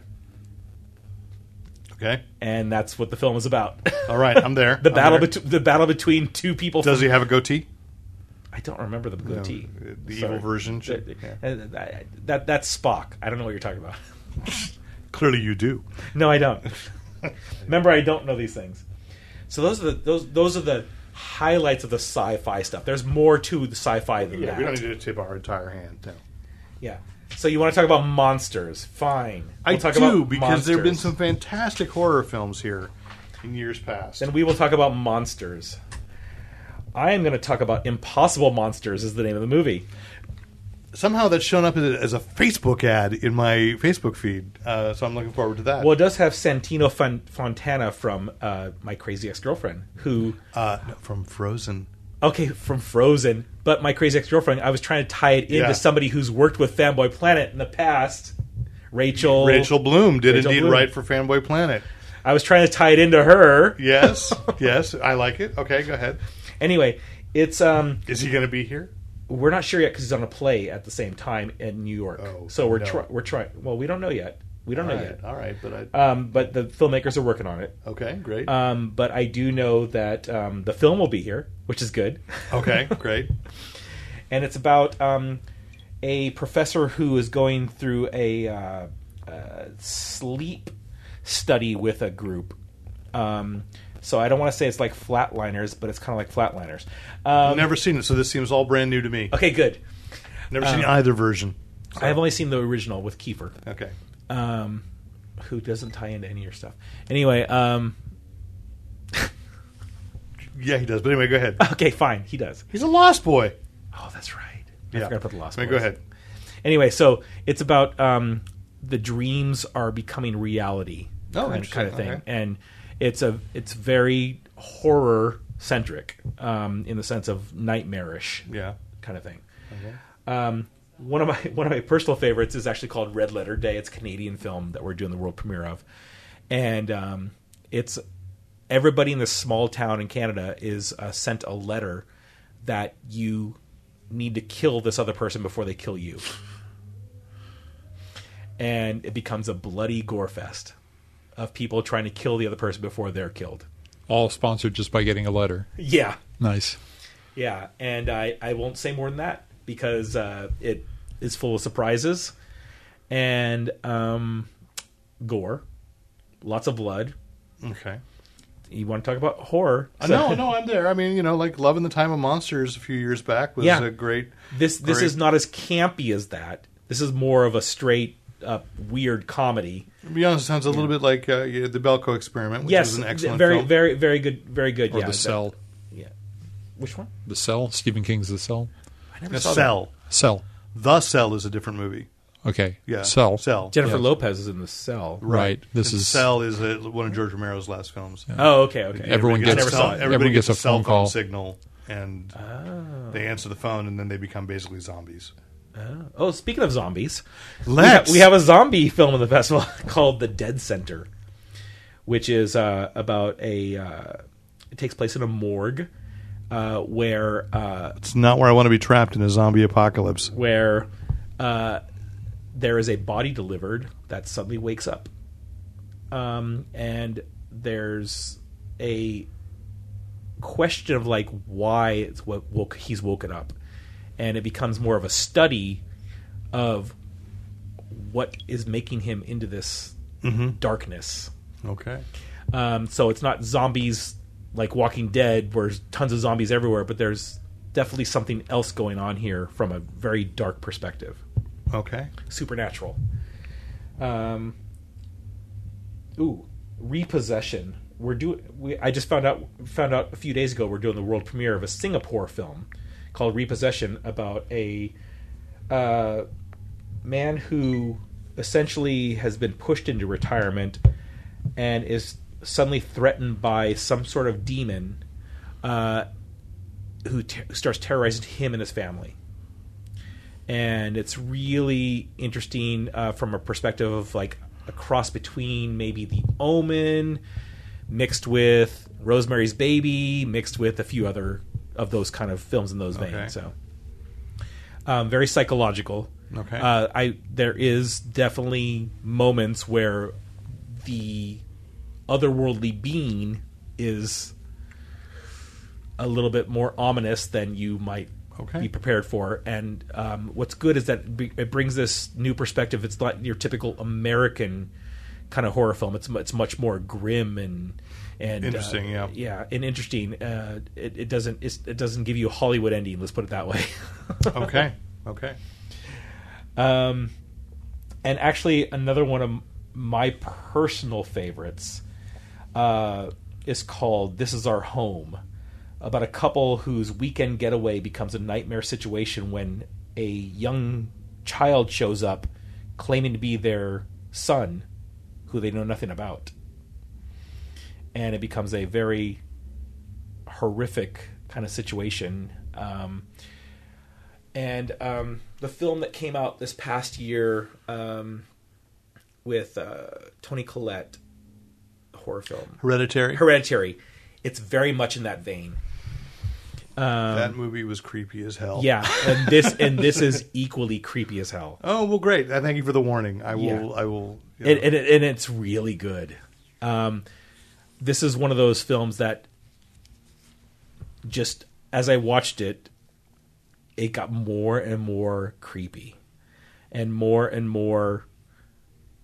Okay. And that's what the film is about. All right. I'm there. the I'm battle there. bet- the battle between two people. Does he have a goatee? I don't remember the goatee. uh, the Sorry. evil version should- Th- th- th- that- that's Spock. I don't know what you're talking about. Clearly, you do. No, I don't. Remember, I don't know these things. So those are the those those are the highlights of the sci-fi stuff. There's more to the sci-fi than Yeah, that. we don't need to tip our entire hand. No. yeah. So you want to talk about monsters? Fine. I We'll talk do about because there have been monsters. some fantastic horror films here in years past. Then we will talk about monsters. I am going to talk about Impossible Monsters is the name of the movie. Somehow that's shown up as a, as a Facebook ad in my Facebook feed, uh, so I'm looking forward to that. Well, it does have Santino Fon- Fontana from uh, My Crazy Ex-Girlfriend, who uh, no, from Frozen. okay, from Frozen, but my crazy ex girlfriend, I was trying to tie it into Yeah. somebody who's worked with Fanboy Planet in the past. Rachel. Rachel Bloom did Oh. Rachel indeed Bloom. write for Fanboy Planet. I was trying to tie it into her. Yes, yes, I like it. Okay, go ahead. Anyway, it's um Is he going to be here? we're not sure yet because he's on a play at the same time in New York. Oh, so we're no. try- we're trying. Well, we don't know yet. We don't All know right, yet. all right, but I Um, but the filmmakers are working on it. okay, great. Um, but I do know that um, the film will be here, which is good. okay, great. and it's about um, a professor who is going through a uh, uh, sleep study with a group. Um, so I don't want to say it's like Flatliners, but it's kind of like Flatliners. Um, Never seen it, so this seems all brand new to me. okay, good. Never uh, seen either version. I have only seen the original with Kiefer, Okay, um, who doesn't tie into any of your stuff. Anyway, um, yeah, he does. But anyway, go ahead. okay, fine, he does. He's a lost boy. Oh, that's right. I Yeah. forgot to put the last. I mean, one. go ahead. anyway, so it's about um, the dreams are becoming reality, Oh, kind, interesting. kind of thing, Okay. and it's a it's very horror centric um, in the sense of nightmarish, Yeah. kind of thing. Um, one of my one of my personal favorites is actually called Red Letter Day. It's a Canadian film that we're doing the world premiere of, and um, it's everybody in this small town in Canada is uh, sent a letter that you need to kill this other person before they kill you, and it becomes a bloody gore fest of people trying to kill the other person before they're killed. All sponsored just by getting a letter. Yeah, Nice. yeah, and I, I won't say more than that because uh, it is full of surprises and um, gore, lots of blood. Okay. You want to talk about horror? no, no, I'm there. I mean, you know, like Love in the Time of Monsters a few years back was Yeah. a great. This this great- is not as campy as that. This is more of a straight up weird comedy. To be honest, it sounds a little bit like uh, yeah, the Belko Experiment, which yes, was an excellent very film. very very good, very good. Or yeah, the that- cell. Yeah, which one? The cell. Stephen King's The Cell. I never The saw that. Cell. Cell. The Cell is a different movie. Okay. Yeah, Cell. Cell. Jennifer Yeah. Lopez is in the cell. Right. This And is Cell is a, one of George Romero's last films. Oh, okay, okay. Everyone I gets never a saw cell. it. Everyone gets a cell phone call. signal, and Ah. they answer the phone, and then they become basically zombies. Oh, speaking of zombies, we, ha- Let's- we have a zombie film in the festival called The Dead Center, which is uh, about a. Uh, it takes place in a morgue uh, where uh, It's not where I want to be trapped in a zombie apocalypse. where uh, there is a body delivered that suddenly wakes up, um, and there's a question of like why it's what woke, he's woken up, and it becomes more of a study of what is making him into this darkness. Okay. Um, so it's not zombies like Walking Dead, where there's tons of zombies everywhere, but there's definitely something else going on here from a very dark perspective, Okay. supernatural. Um, ooh, repossession. We're doing. We, I just found out found out a few days ago we're doing the world premiere of a Singapore film called Repossession about a uh, man who essentially has been pushed into retirement and is suddenly threatened by some sort of demon uh, who, ter- who starts terrorizing him and his family. And it's really interesting uh, from a perspective of like a cross between maybe The Omen mixed with Rosemary's Baby, mixed with a few other of those kind of films in those Okay. veins. So um, very psychological. Okay. Uh, I there is definitely moments where the otherworldly being is a little bit more ominous than you might Okay. be prepared for. And um, what's good is that it br- it brings this new perspective. It's not your typical American kind of horror film. It's mu- it's much more grim and and uh, Interesting, yeah. yeah, and interesting. Uh, it, it doesn't it's, it doesn't give you a Hollywood ending. Let's put it that way. okay. Okay. Um, and actually, another one of m- my personal favorites uh, is called "This Is Our Home," about a couple whose weekend getaway becomes a nightmare situation when a young child shows up claiming to be their son, who they know nothing about, and it becomes a very horrific kind of situation. Um, and um, the film that came out this past year um, with uh, Tony Collette horror film Hereditary. Hereditary. It's very much in that vein. that movie was creepy as hell. Yeah, and this and this is equally creepy as hell. Oh well, great. I thank you for the warning. I will. Yeah. I will. you and, know. and, and it's really good. Um, this is one of those films that just as I watched it, it got more and more creepy, and more and more.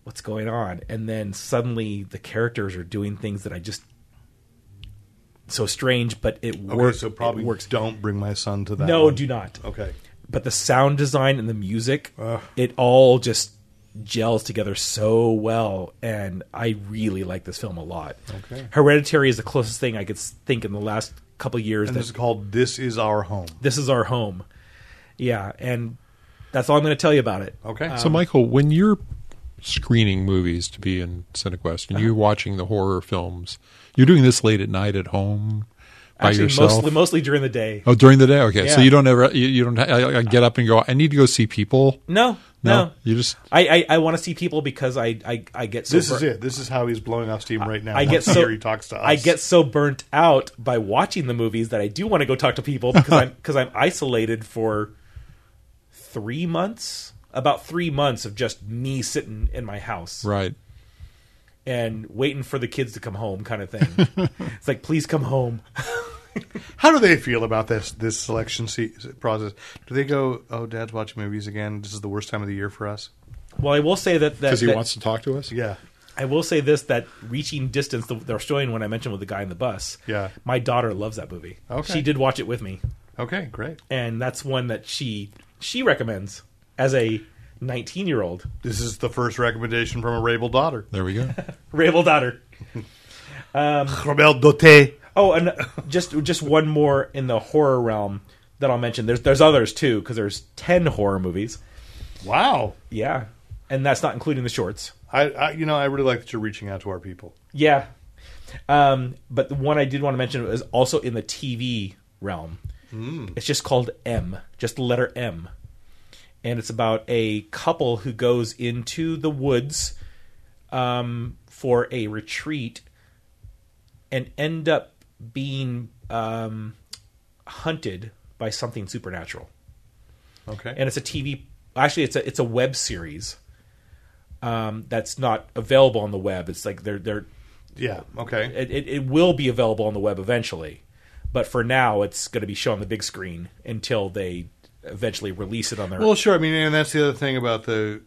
What's going on? And then suddenly the characters are doing things that I just so strange, but it okay, works. so probably it works. don't bring my son to that. No, one. do not Okay. but the sound design and the music, Ugh. it all just gels together so well, and I really like this film a lot. Okay. Hereditary is the closest thing I could s- think in the last couple years And that this is called "This Is Our Home." this is our home. Yeah, and that's all I'm going to tell you about it. Okay. Um, So, Michael, when you're screening movies to be in Cinequest and you're Uh-huh. watching the horror films, you're doing this late at night at home by Actually, yourself. mostly mostly during the day. oh, during the day. Okay, so Yeah. you don't ever you, you don't I, I get up and go. I need to go see people. No, no, you just I I, I want to see people because I I, I get so this bur- is it. This is how he's blowing off steam right now. I get Once a so year he talks to us. I get so burnt out by watching the movies that I do want to go talk to people because I'm because I'm isolated for three months, about three months of just me sitting in my house right. and waiting for the kids to come home, kind of thing. it's like, please come home. How do they feel about this this selection se- process? Do they go, "Oh, Dad's watching movies again. This is the worst time of the year for us." Well, I will say that that, because he that- wants to talk to us. Yeah. I will say this that reaching distance, the, the Australian one I mentioned with the guy in the bus. Yeah. my daughter loves that movie. Okay. she did watch it with me. Okay. Great. and that's one that she she recommends as a 19 year old This is the first recommendation from a rabel daughter. There we go. rabel daughter Rebel Dote. oh and just just one more in the horror realm that i'll mention there's there's others too because there's 10 horror movies Wow. yeah and that's not including the shorts I, I you know I really like that you're reaching out to our people. yeah um but the one i did want to mention is also in the tv realm it's just called m just the letter m and it's about a couple who goes into the woods um, for a retreat and end up being um, hunted by something supernatural. Okay. And it's a TV. Actually, it's a it's a web series um, that's not available on the web. It's like they're they're yeah. Okay. it, it, it will be available on the web eventually, but for now, it's going to be shown on the big screen until they eventually release it on their. Well, sure. I mean, and that's the other thing about the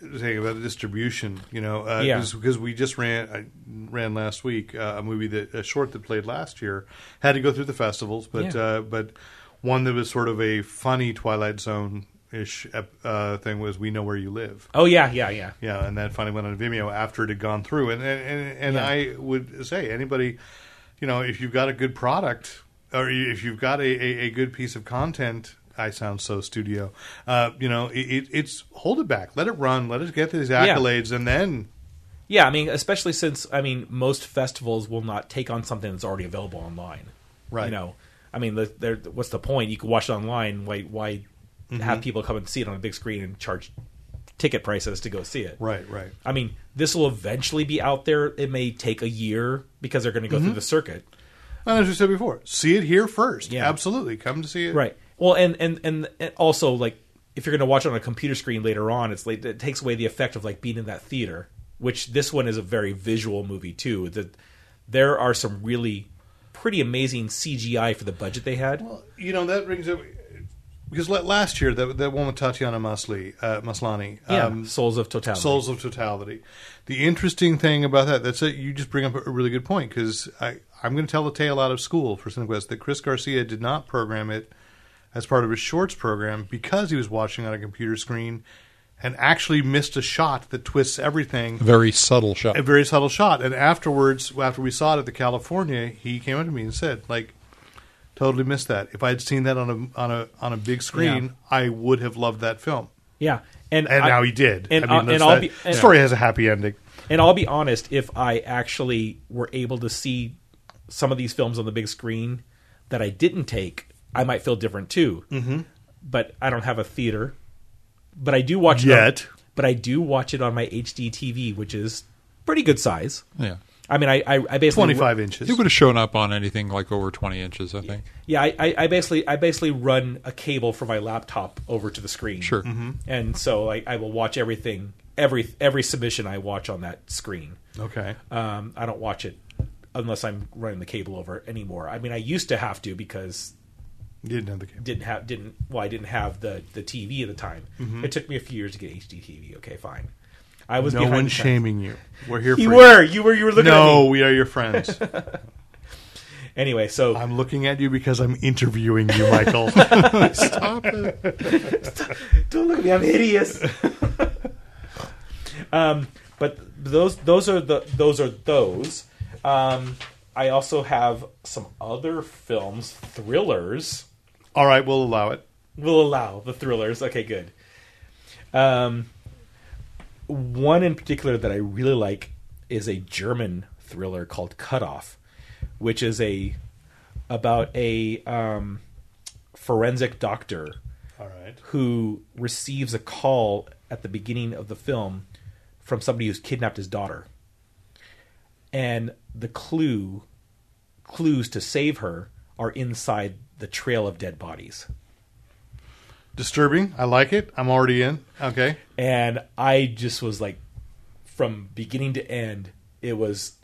thing about the distribution. You know, uh, Yeah. because we just ran I ran last week uh, a movie that a short that played last year had to go through the festivals, but Yeah. uh, but one that was sort of a funny Twilight Zone ish uh, thing was "We Know Where You Live." oh yeah, yeah, yeah. Yeah, and that finally went on Vimeo after it had gone through. And and and, and Yeah. I would say anybody, you know, if you've got a good product or if you've got a, a, a good piece of content, I sound so studio. Uh, you know, it, it, it's hold it back, let it run, let it get these accolades, and then Yeah, I mean, especially since I mean, most festivals will not take on something that's already available online. Right. You know, I mean, the- there- what's the point? You can watch it online. Why? Why Mm-hmm. have people come and see it on a big screen and charge ticket prices to go see it? right, right, I mean, this will eventually be out there. It may take a year because they're going to go Mm-hmm. through the circuit. and as we said before, see it here first. Yeah. absolutely, come to see it. Right. Well, and and and and also like if you're going to watch it on a computer screen later on, it's like it takes away the effect of like being in that theater. Which this one is a very visual movie too. That there are some really pretty amazing CGI for the budget they had. Well, you know that brings up because la- last year that that woman Tatiana Masli, uh, Maslani, yeah, um, Souls of Totality. Souls of Totality. The interesting thing about that that's it. You just bring up a really good point because I I'm going to tell a tale out of school for Cinequest that Chris Garcia did not program it as part of his shorts program because he was watching on a computer screen and actually missed a shot that twists everything. Very subtle shot. a very subtle shot. And afterwards, after we saw it at the California, he came up to me and said, "Like, totally missed that. If I had seen that on a on a on a big screen, I would have loved that film." Yeah, and And I- now he did. And, I mean, I, that's and I'll that- be the and, story has a happy ending. and I'll be honest. If I actually were able to see some of these films on the big screen that I didn't take, I might feel different too. Mm-hmm. But I don't have a theater. But I do watch Yet. It on, but I do watch it on my HD TV, which is pretty good size. yeah. I mean, I I, I basically Twenty five inches. It would have shown up on anything like over 20 inches, I think. Yeah, I, I, I basically I basically run a cable from my laptop over to the screen. Sure. And so like I will watch everything every every submission I watch on that screen. Okay. Um, I don't watch it unless I'm running the cable over anymore. I mean, I used to have to because You didn't have the game. didn't have didn't well I didn't have the the TV at the time. It took me a few years to get HD TV. Okay, fine. I was Mm-hmm. No behind one's the times. shaming you. We're here. You for were, you were, you were You. looking No, at me. we are your friends. Anyway, so I'm looking at you because I'm interviewing you, Michael. Stop it. Don't look at me. I'm hideous. um, but those those are the those are those. Um, I also have some other films, thrillers. All right, we'll allow it. We'll allow the thrillers. Okay, good. Um, one in particular that I really like is a German thriller called Cut Off, which is a about a um, forensic doctor All right. who receives a call at the beginning of the film from somebody who's kidnapped his daughter. And the clue clues to save her are inside the trail of dead bodies. Disturbing. I like it. I'm already in. Okay. And I just was like from beginning to end, it was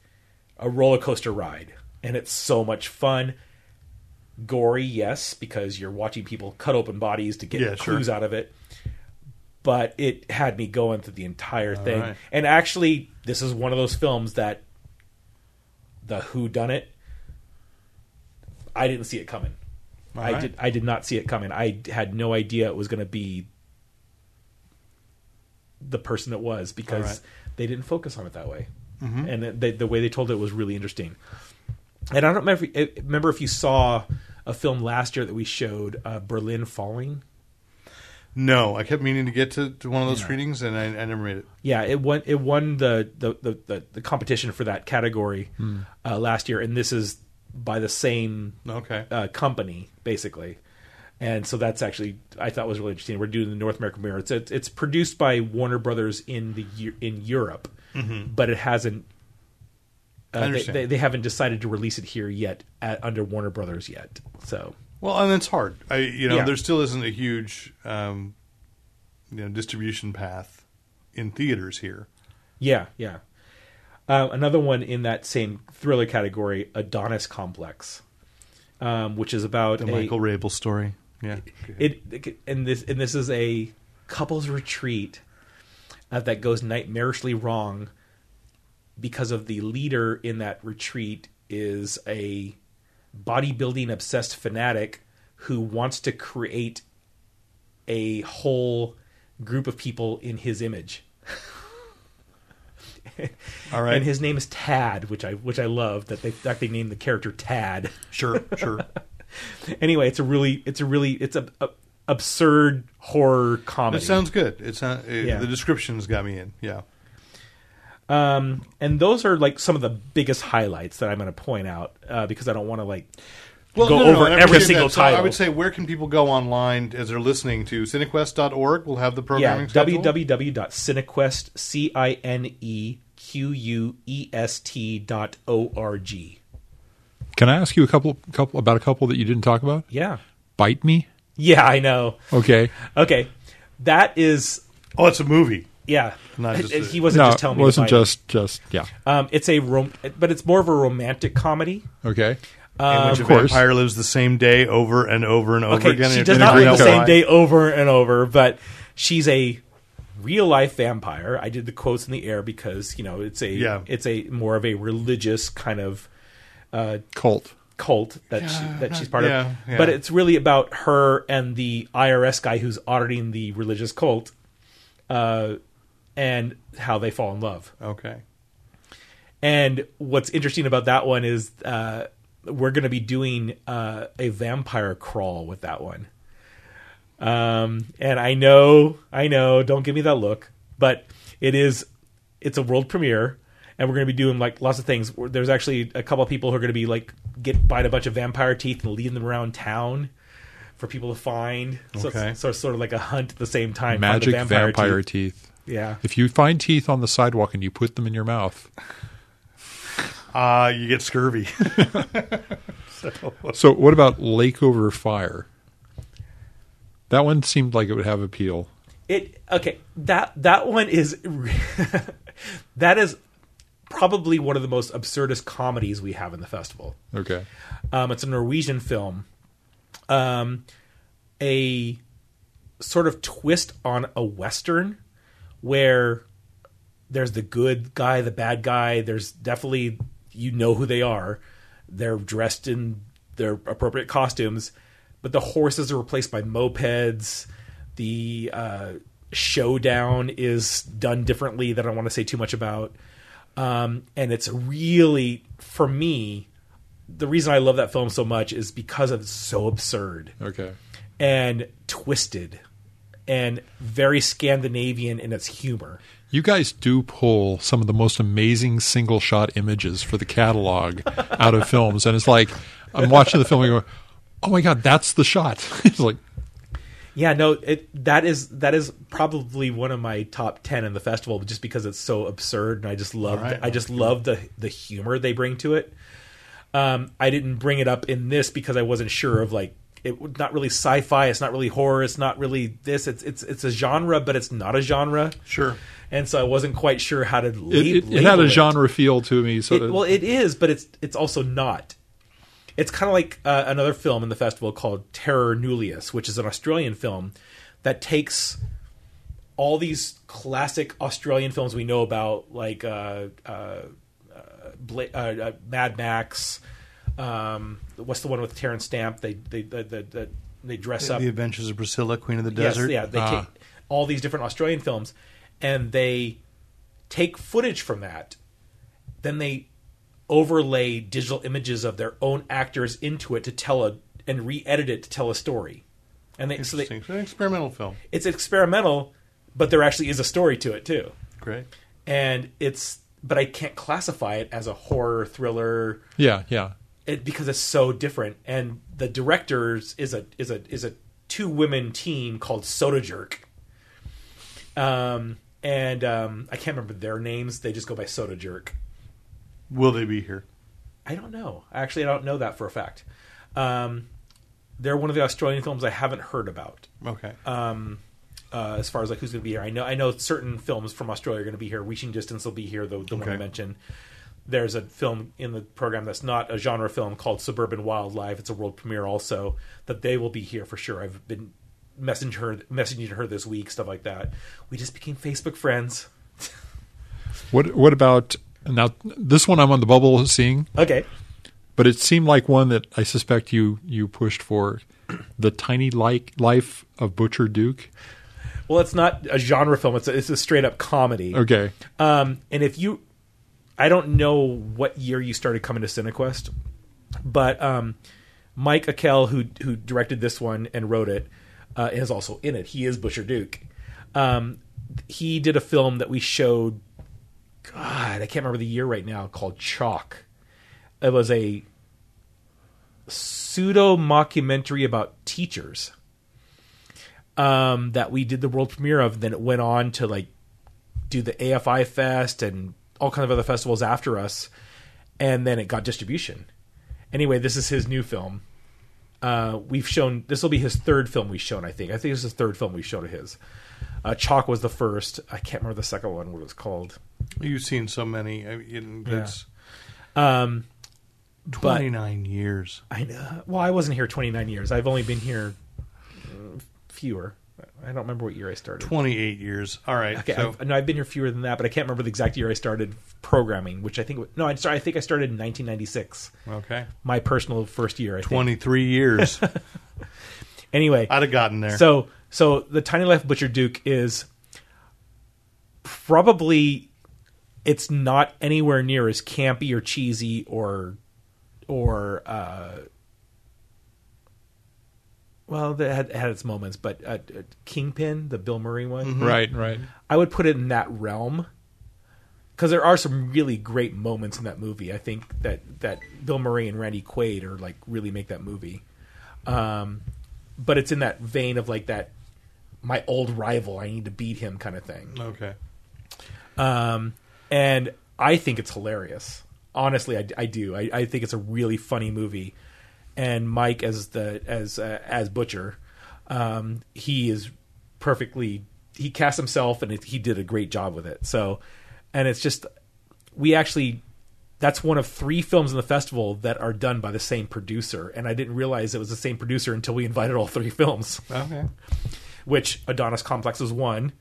a roller coaster ride. And it's so much fun. Gory, yes, because you're watching people cut open bodies to get Yeah, sure. clues out of it. But it had me going through the entire thing. right. And actually, this is one of those films that the Who Done It, I didn't see it coming. All I right. did. I did not see it coming. I had no idea it was going to be the person it was because All right. Mm-hmm. they didn't focus on it that way, and it- they, the way they told it was really interesting. And I don't remember if, eh, remember if you saw a film last year that we showed, uh, Berlin Falling. No, I kept meaning to get to, to one of those readings, and I, I never made it. Yeah, it won. It won the the the, the, the competition for that category Hmm. uh, last year, and this is by the same Okay. uh, company basically. And so that's actually I thought was really interesting. We're doing the North American mirror. It's it's, it's produced by Warner Brothers in the Eu- in Europe, but it hasn't. Uh, they, Mm-hmm. understand. they, they haven't decided to release it here yet at, under Warner Brothers yet. So Well, and it's hard. I, you know, Yeah. there still isn't a huge, um, you know, distribution path in theaters here. yeah, yeah. Uh, another one in that same thriller category, Adonis Complex, um, which is about The a- Michael Rabel story. Yeah. it, it- and this and this is a couples retreat uh, that goes nightmarishly wrong because of the leader in that retreat is a bodybuilding obsessed fanatic who wants to create a whole group of people in his image All right. and his name is Tad which I which I love that they that they named the character Tad sure, sure. anyway, it's a really, it's a really, it's a, a- absurd horror It comedy. sounds good. It sound, it, Yeah. The description's got me in. Yeah. um, and those are like some of the biggest highlights that I'm going to point out uh, because I don't want to like go over and I every appreciate single that. So title. I would say, where can people go online as they're listening to cinequest.org? We'll have the programming. yeah, schedule. www.cinequest c i n e q u e s t dot o r g. Can I ask you a couple, couple about a couple that you didn't talk about? Yeah, Bite me. yeah, I know. Okay. Okay, That is, Oh, it's a movie. yeah. Not just a- he wasn't no, just telling it wasn't me. to buy it. just just yeah. Um, it's a rom- but it's more of a romantic comedy. Okay, in which of a course. vampire lives the same day over and over and over Uh, Okay, again. she and does it not live doesn't the really matter why. same day over and over, but she's a real life vampire. I did the quotes in the air because you know it's a Yeah. it's a more of a religious kind of uh, cult. cult that she, that she's part yeah, of. yeah. But it's really about her and the IRS guy who's auditing the religious cult, uh, and how they fall in love. Okay. And what's interesting about that one is uh, we're going to be doing uh, a vampire crawl with that one. Um, and I know, I know, don't give me that look, but it is, it's a world premiere, and we're going to be doing like lots of things. We're- There's actually a couple of people who are going to be like get bite a bunch of vampire teeth and leading them around town for people to find. So Okay. it's, so it's sort of like a hunt at the same time. find the Magic vampire, teeth. Yeah. If you find teeth on the sidewalk and you put them in your mouth, Uh, you get scurvy. so what about Lake Over Fire? That one seemed like it would have appeal. it okay that that one is that is probably one of the most absurdist comedies we have in the festival Okay, um, it's a norwegian film um, a sort of twist on a western where there's the good guy the bad guy there's definitely you know who they are they're dressed in their appropriate costumes but the horses are replaced by mopeds the uh, showdown is done differently that i don't want to say too much about um, and it's really for me the reason i love that film so much is because it's so absurd okay, and twisted and very Scandinavian in its humor. you guys do pull some of the most amazing single shot images for the catalog out of films, and it's like I'm watching the film and going, "Oh my god, that's the shot!" it's like Yeah, no, it that is that is probably one of my top 10 in the festival just because it's so absurd and I just love right. I just love the the humor they bring to it. Um I didn't bring it up in this because I wasn't sure of like it was not really sci-fi, it's not really horror, it's not really this. It's it's it's a genre but it's not a genre. sure. And so I wasn't quite sure how to lab- it, it, it had label a genre feel to me. So It- that- well, it is, but it's it's also not. It's kind of like uh, another film in the festival called Terror Nullius, which is an Australian film that takes all these classic Australian films we know about, like uh, uh, uh, Bla- uh, uh, Mad Max. Um, what's the one with Terrence Stamp? They they they, they, they, they dress up The Adventures of Priscilla, Queen of the Yes, Desert. yeah, they Ah. take all these different Australian films and they take footage from that. Then they overlay digital images of their own actors into it to tell a and re-edit it to tell a story. And they, so they, Interesting. It's an experimental film. it's experimental, but there actually is a story to it too. Great. And it's but I can't classify it as a horror thriller yeah, yeah. it, because it's so different. And the directors is a is a is a two women team called Soda Jerk. Um, and um, I can't remember their names. They just go by Soda Jerk. Will they be here? I don't know. Actually, I don't know that for a fact. Um, they're one of the Australian films I haven't heard about. Okay. uh, as far as like who's going to be here. I know I know certain films from Australia are going to be here. Reaching Distance will be here, the, the one I Okay. mentioned. There's a film in the program that's not a genre film called Suburban Wildlife. It's a world premiere also that they will be here for sure. I've been messaging her messaging her this week, stuff like that. We just became Facebook friends. What what about now? This one I'm on the bubble of seeing. Okay. but it seemed like one that I suspect you you pushed for the tiny like life of Butcher Duke. Well, it's not a genre film. It's a, it's a straight up comedy. Okay, Um, and if you, I don't know what year you started coming to CineQuest, but um, Mike Akel, who who directed this one and wrote it, uh, is also in it. He is Butcher Duke. Um, he did a film that we showed. God, I can't remember the year right now. Called Chalk. It was a pseudo mockumentary about teachers um, that we did the world premiere of. Then it went on to like do the AFI Fest and all kinds of other festivals after us, and then it got distribution. Anyway, this is his new film, Uh, we've shown this will be his third film we've shown. I think. I think this is the third film we've shown of his. Uh, Chalk was the first. I can't remember the second one. What it was called. You've seen so many. uh, I mean, that's Um, but- 29 years. I know. Well, I wasn't here 29 years. I've only been here uh, fewer. I don't remember what year I started. 28 years. All right. Okay, so, I've, no, I've been here fewer than that, but I can't remember the exact year I started programming. Which I think wa- no, I'm sorry. I think I started in 1996. okay. My personal first year. I think. 23 years. Anyway, I'd have gotten there. so so the Tiny Life Butcher Duke is probably it's not anywhere near as campy or cheesy or or uh, well, it had, it had its moments, but uh, uh, Kingpin, the Bill Murray one, Right, right. I would put it in that realm because there are some really great moments in that movie. I think that that Bill Murray and Randy Quaid are like really make that movie. Um, but it's in that vein of like that my old rival. I need to beat him kind of thing. okay. Um, and I think it's hilarious. Honestly, I, I do. I, I think it's a really funny movie. And Mike as the as uh, as Butcher, um, he is perfectly. He cast himself, and it, he did a great job with it. So, and it's just we actually that's one of three films in the festival that are done by the same producer, and I didn't realize it was the same producer until we invited all three films Okay. which Adonis Complex is one.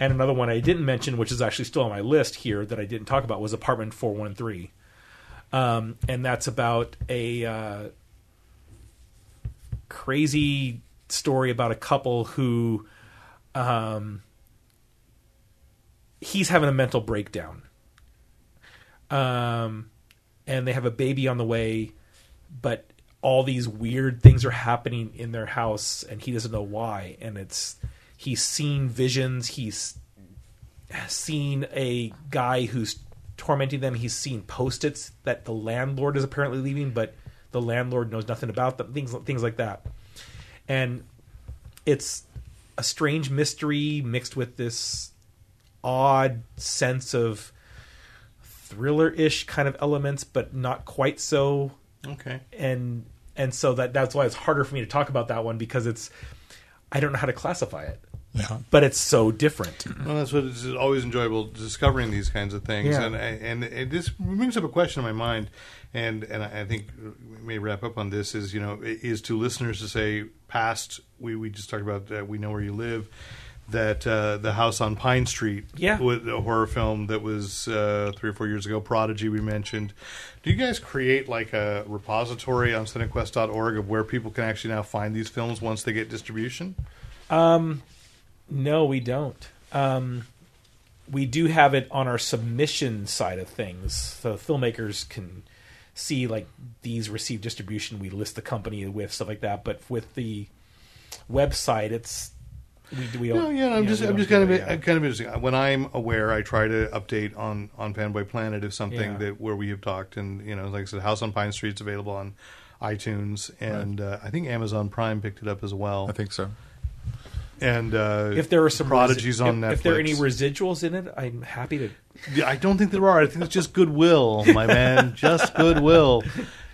And another one I didn't mention, which is actually still on my list here that I didn't talk about, was Apartment 413. Um, and that's about a uh, crazy story about a couple who um, he's having a mental breakdown. Um, and they have a baby on the way, but all these weird things are happening in their house, and he doesn't know why. And it's he's seen visions, he's seen a guy who's tormenting them, he's seen post-its that the landlord is apparently leaving, but the landlord knows nothing about them, things things like that. And it's a strange mystery mixed with this odd sense of thriller-ish kind of elements, but not quite so Okay. and and so that that's why it's harder for me to talk about that one because it's I don't know how to classify it, Yeah. but it's so different. Well, that's what it's always enjoyable discovering these kinds of things, Yeah. and and and this brings up a question in my mind, and and I think we may wrap up on this is you know is to listeners to say past we we just talked about uh, we know where you live. That uh, the house on Pine Street, Yeah. was a horror film that was uh, three or four years ago. Prodigy, we mentioned. Do you guys create like a repository on cinequest.org of where people can actually now find these films once they get distribution? No, we don't. Um, we do have it on our submission side of things, so filmmakers can see like these receive distribution. We list the company with stuff like that, but with the website, it's we we No, don't- yeah, you I'm know, just, we I'm don't just do kind of, that, yeah. I'm kind of interesting. When I'm aware, I try to update on on Fanboy Planet if something Yeah. that where we have talked, and you know, like I said, House on Pine Street's available on iTunes, and uh, I think Amazon Prime picked it up as well. I think so. and uh, If there are some prodigies resi- on if, Netflix, if there are any residuals in it, I'm happy to Yeah, I don't think there are. I think it's just goodwill, my man, just goodwill.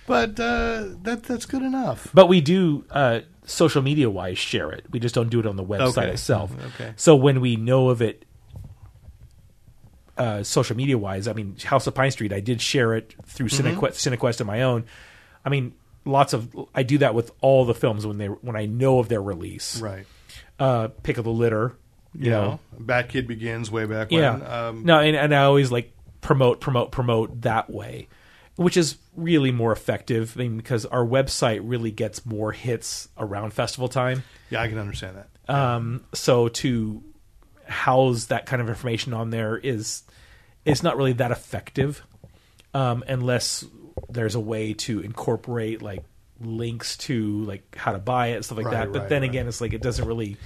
But uh, that that's good enough. But we do uh, social media wise share it. We just don't do it on the website Okay. Mm, itself. Okay. So when we know of it, uh, social media wise, I mean House of Pine Street, I did share it through Mm-hmm. CineQuest, CineQuest and my own. I mean, lots of I do that with all the films when they when I know of their release. Right. Uh, Pick of the litter. You know, Bat Kid begins way back when. Yeah. Um, no, and, and I always like promote, promote, promote that way, which is really more effective. I mean, because our website really gets more hits around festival time. Yeah, I can understand that. Um, so to house that kind of information on there is it's not really that effective um, unless there's a way to incorporate like links to like how to buy it and stuff like Right, that. But right, then right. again, it's like it doesn't really.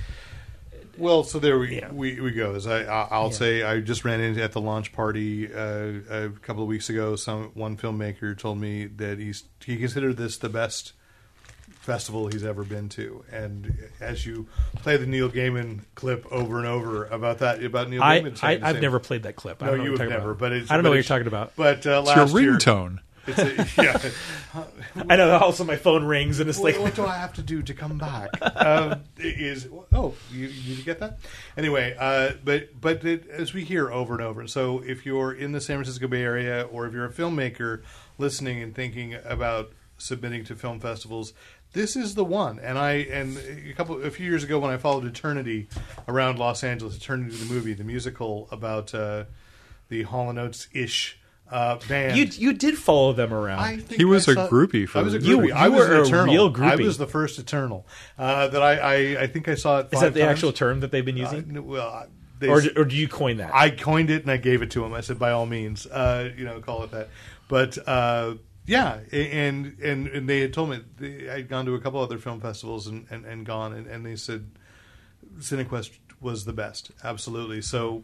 Well, so there we Yeah. we, we go. As I, I I'll say, I just ran into at the launch party uh, a couple of weeks ago. Some one filmmaker told me that he's he considered this the best festival he's ever been to. And as you play the Neil Gaiman clip over and over about that about Neil I, Gaiman, saying I the I've same- never played that clip. I No, don't know you what have you're talking never. about. But it's, I don't know but what you're it's- talking about. But uh, It's your last year, ringtone. It's a, yeah. I know. Also, my phone rings and it's like, what, what do I have to do to come back? um, is oh, you, did you get that? Anyway, uh, but but it, as we hear over and over, so if you're in the San Francisco Bay Area or if you're a filmmaker listening and thinking about submitting to film festivals, this is the one. And I and a couple a few years ago when I followed Eternity around Los Angeles, Eternity the movie, the musical about uh, the Hall and Oates ish. Uh, band. you you did follow them around. I think He was I a saw- groupie for I was a groupie. the- You- I you was were an a eternal. real groupie. I was the first eternal uh, that I, I I think I saw it. Is that five the times. actual term that they've been I- using, no, well, I- they, or or do you coin that? I coined it and I gave it to him. I said, by all means, uh, you know, call it that. But uh, yeah, a- and and and they had told me they, I'd gone to a couple other film festivals and and, and gone, and, and they said Cinequest was the best, absolutely. So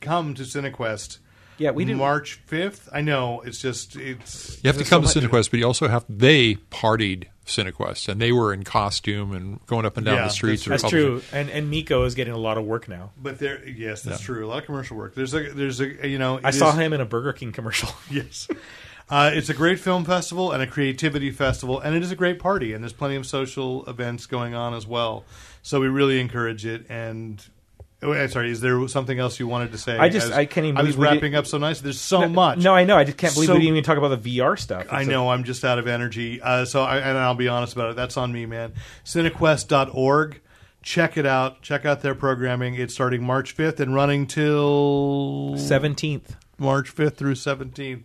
come to Cinequest. Yeah, we didn't- March fifth. I know it's just it's You have to there's come so to much- Cinequest, but you also have they partied Cinequest and they were in costume and going up and down Yeah, the streets. that's or That's true. And and Miko is getting a lot of work now. But there, yes, that's true. A lot of commercial work. There's a, there's a, you know, it I saw is- him in a Burger King commercial. Yes, uh, it's a great film festival and a creativity festival, and it is a great party. And there's plenty of social events going on as well. So we really encourage it. And oh, I'm sorry, is there something else you wanted to say? I just- I can't even I was believe we wrapping did- up so nicely. There's so much. No, I know. I just can't believe So- we didn't even talk about the VR stuff. I It's a- know I'm just out of energy. Uh, so I, and I'll be honest about it. That's on me, man. Cinequest.org. Check it out. Check out their programming. It's starting March 5th and running till Seventeenth. March 5th through 17th.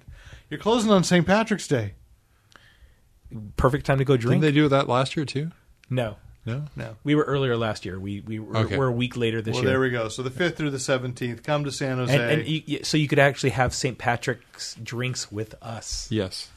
You're closing on St. Patrick's Day. Perfect time to go Didn't drink. they do that last year too? no. No. No. We were earlier last year. We we were, Okay. we're a week later this Well, year. there we go. So the 5th through the 17th. Come to San Jose. and and you, you- so you could actually have St. Patrick's drinks with us Yes.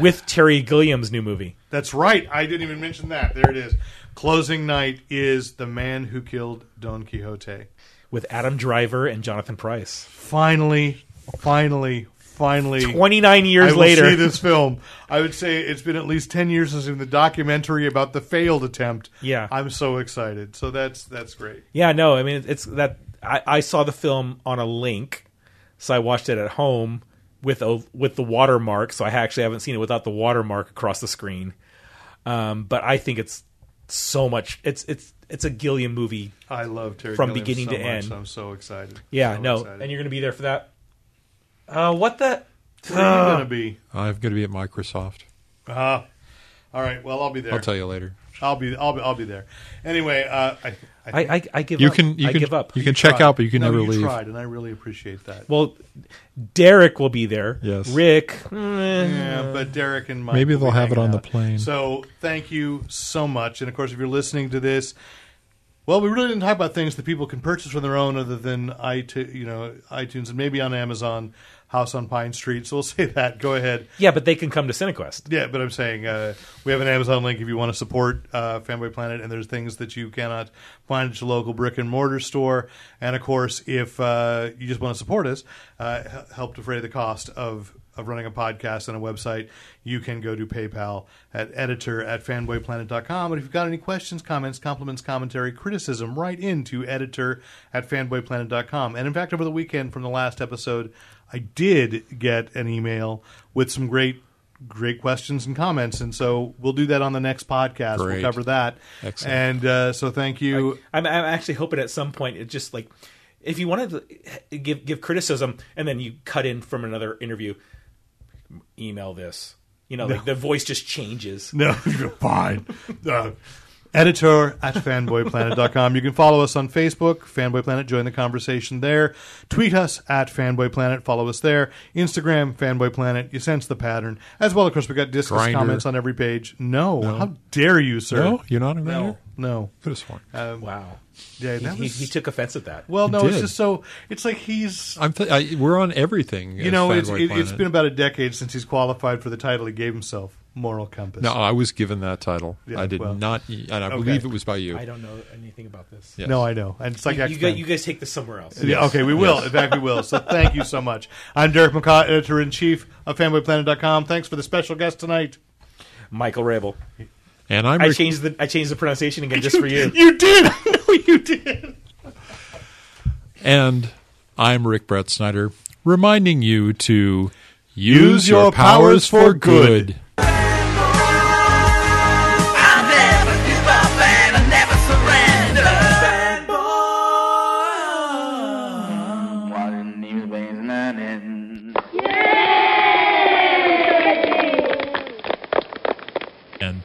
with Terry Gilliam's new movie. That's right. I didn't even mention that. There it is. Closing night is The Man Who Killed Don Quixote. with Adam Driver and Jonathan Price. Finally, finally, finally. 29 years I will later. see this film. I would say it's been at least ten years since the documentary about the failed attempt. Yeah. I'm so excited. So that's that's great. Yeah, no, I mean it's- it's that I, I saw the film on a link, so I watched it at home with a with the watermark. So I actually haven't seen it without the watermark across the screen. Um, but I think it's so much. It's it's it's a Gilliam movie. I love Terry From Gilliam beginning so to much. end. I'm so excited. Yeah, So no, excited. and you're gonna be there for that. Uh, what the? Where are you gonna be? I'm going to be at Microsoft. Uh, all right. Well, I'll be there. I'll tell you later. I'll be. I'll be. I'll be there. Anyway, uh, I, I, I I, I give You up. can. You I can give up. You can check tried. out, but you can No, never leave. tried, and I really appreciate that. Well, Derek will be there. Yes. Rick. eh, Yeah, but Derek and Mike Maybe will be they'll have it hanging on the out. plane. So thank you so much, and of course, if you're listening to this, well, we really didn't talk about things that people can purchase on their own, other than iTunes, you know, iTunes, and maybe on Amazon, House on Pine Street. So we'll say that. Go ahead. Yeah, but they can come to Cinequest. Yeah, but I'm saying uh, we have an Amazon link if you want to support uh, Fanboy Planet, and there's things that you cannot find at your local brick and mortar store. And of course, if uh, you just want to support us, uh, h- help defray the cost of of running a podcast and a website, you can go to PayPal at editor at fanboyplanet.com. And if you've got any questions, comments, compliments, commentary, criticism, write in to editor at fanboyplanet.com. And in fact, over the weekend from the last episode, I did get an email with some great great questions and comments and so we'll do that on the next podcast we'll Great. cover that Excellent. and uh, so thank you I'm, I'm actually hoping at some point it just like if you wanted to give give criticism and then you cut in from another interview, email this. You know, like the voice just changes. no you're fine Uh, editor at fanboyplanet.com you can follow us on facebook fanboy planet join the conversation there tweet us at fanboy planet follow us there instagram fanboy planet you sense the pattern as well of course we got discuss Grindr. comments on every page no, how dare you sir No, you're not a no no. no Could have sworn. Wow. yeah Um, He, that he, was he took offense at that. well no it's did. just so it's like he's I'm th- I, we're on everything. You know, it's, it, it's been about a decade since he's qualified for the title he gave himself, Moral Compass. No, oh, I was given that title. Yeah, I did well. not, and I believe it was by you. I don't know anything about this. Yes. No, I know. And it's like You, X-Men. guys, you guys take this somewhere else. Yeah, okay, we will. In fact, we will. So thank you so much. I'm Derek McCaw, editor in chief of FanboyPlanet.com. Thanks for the special guest tonight. Michael Rabel. And I'm I Rick- changed the I changed the pronunciation again just for you. You did. I know you did. and I'm Rick Brett Snyder, reminding you to Use your powers for good. I never give up and I never surrender. Fanboy. And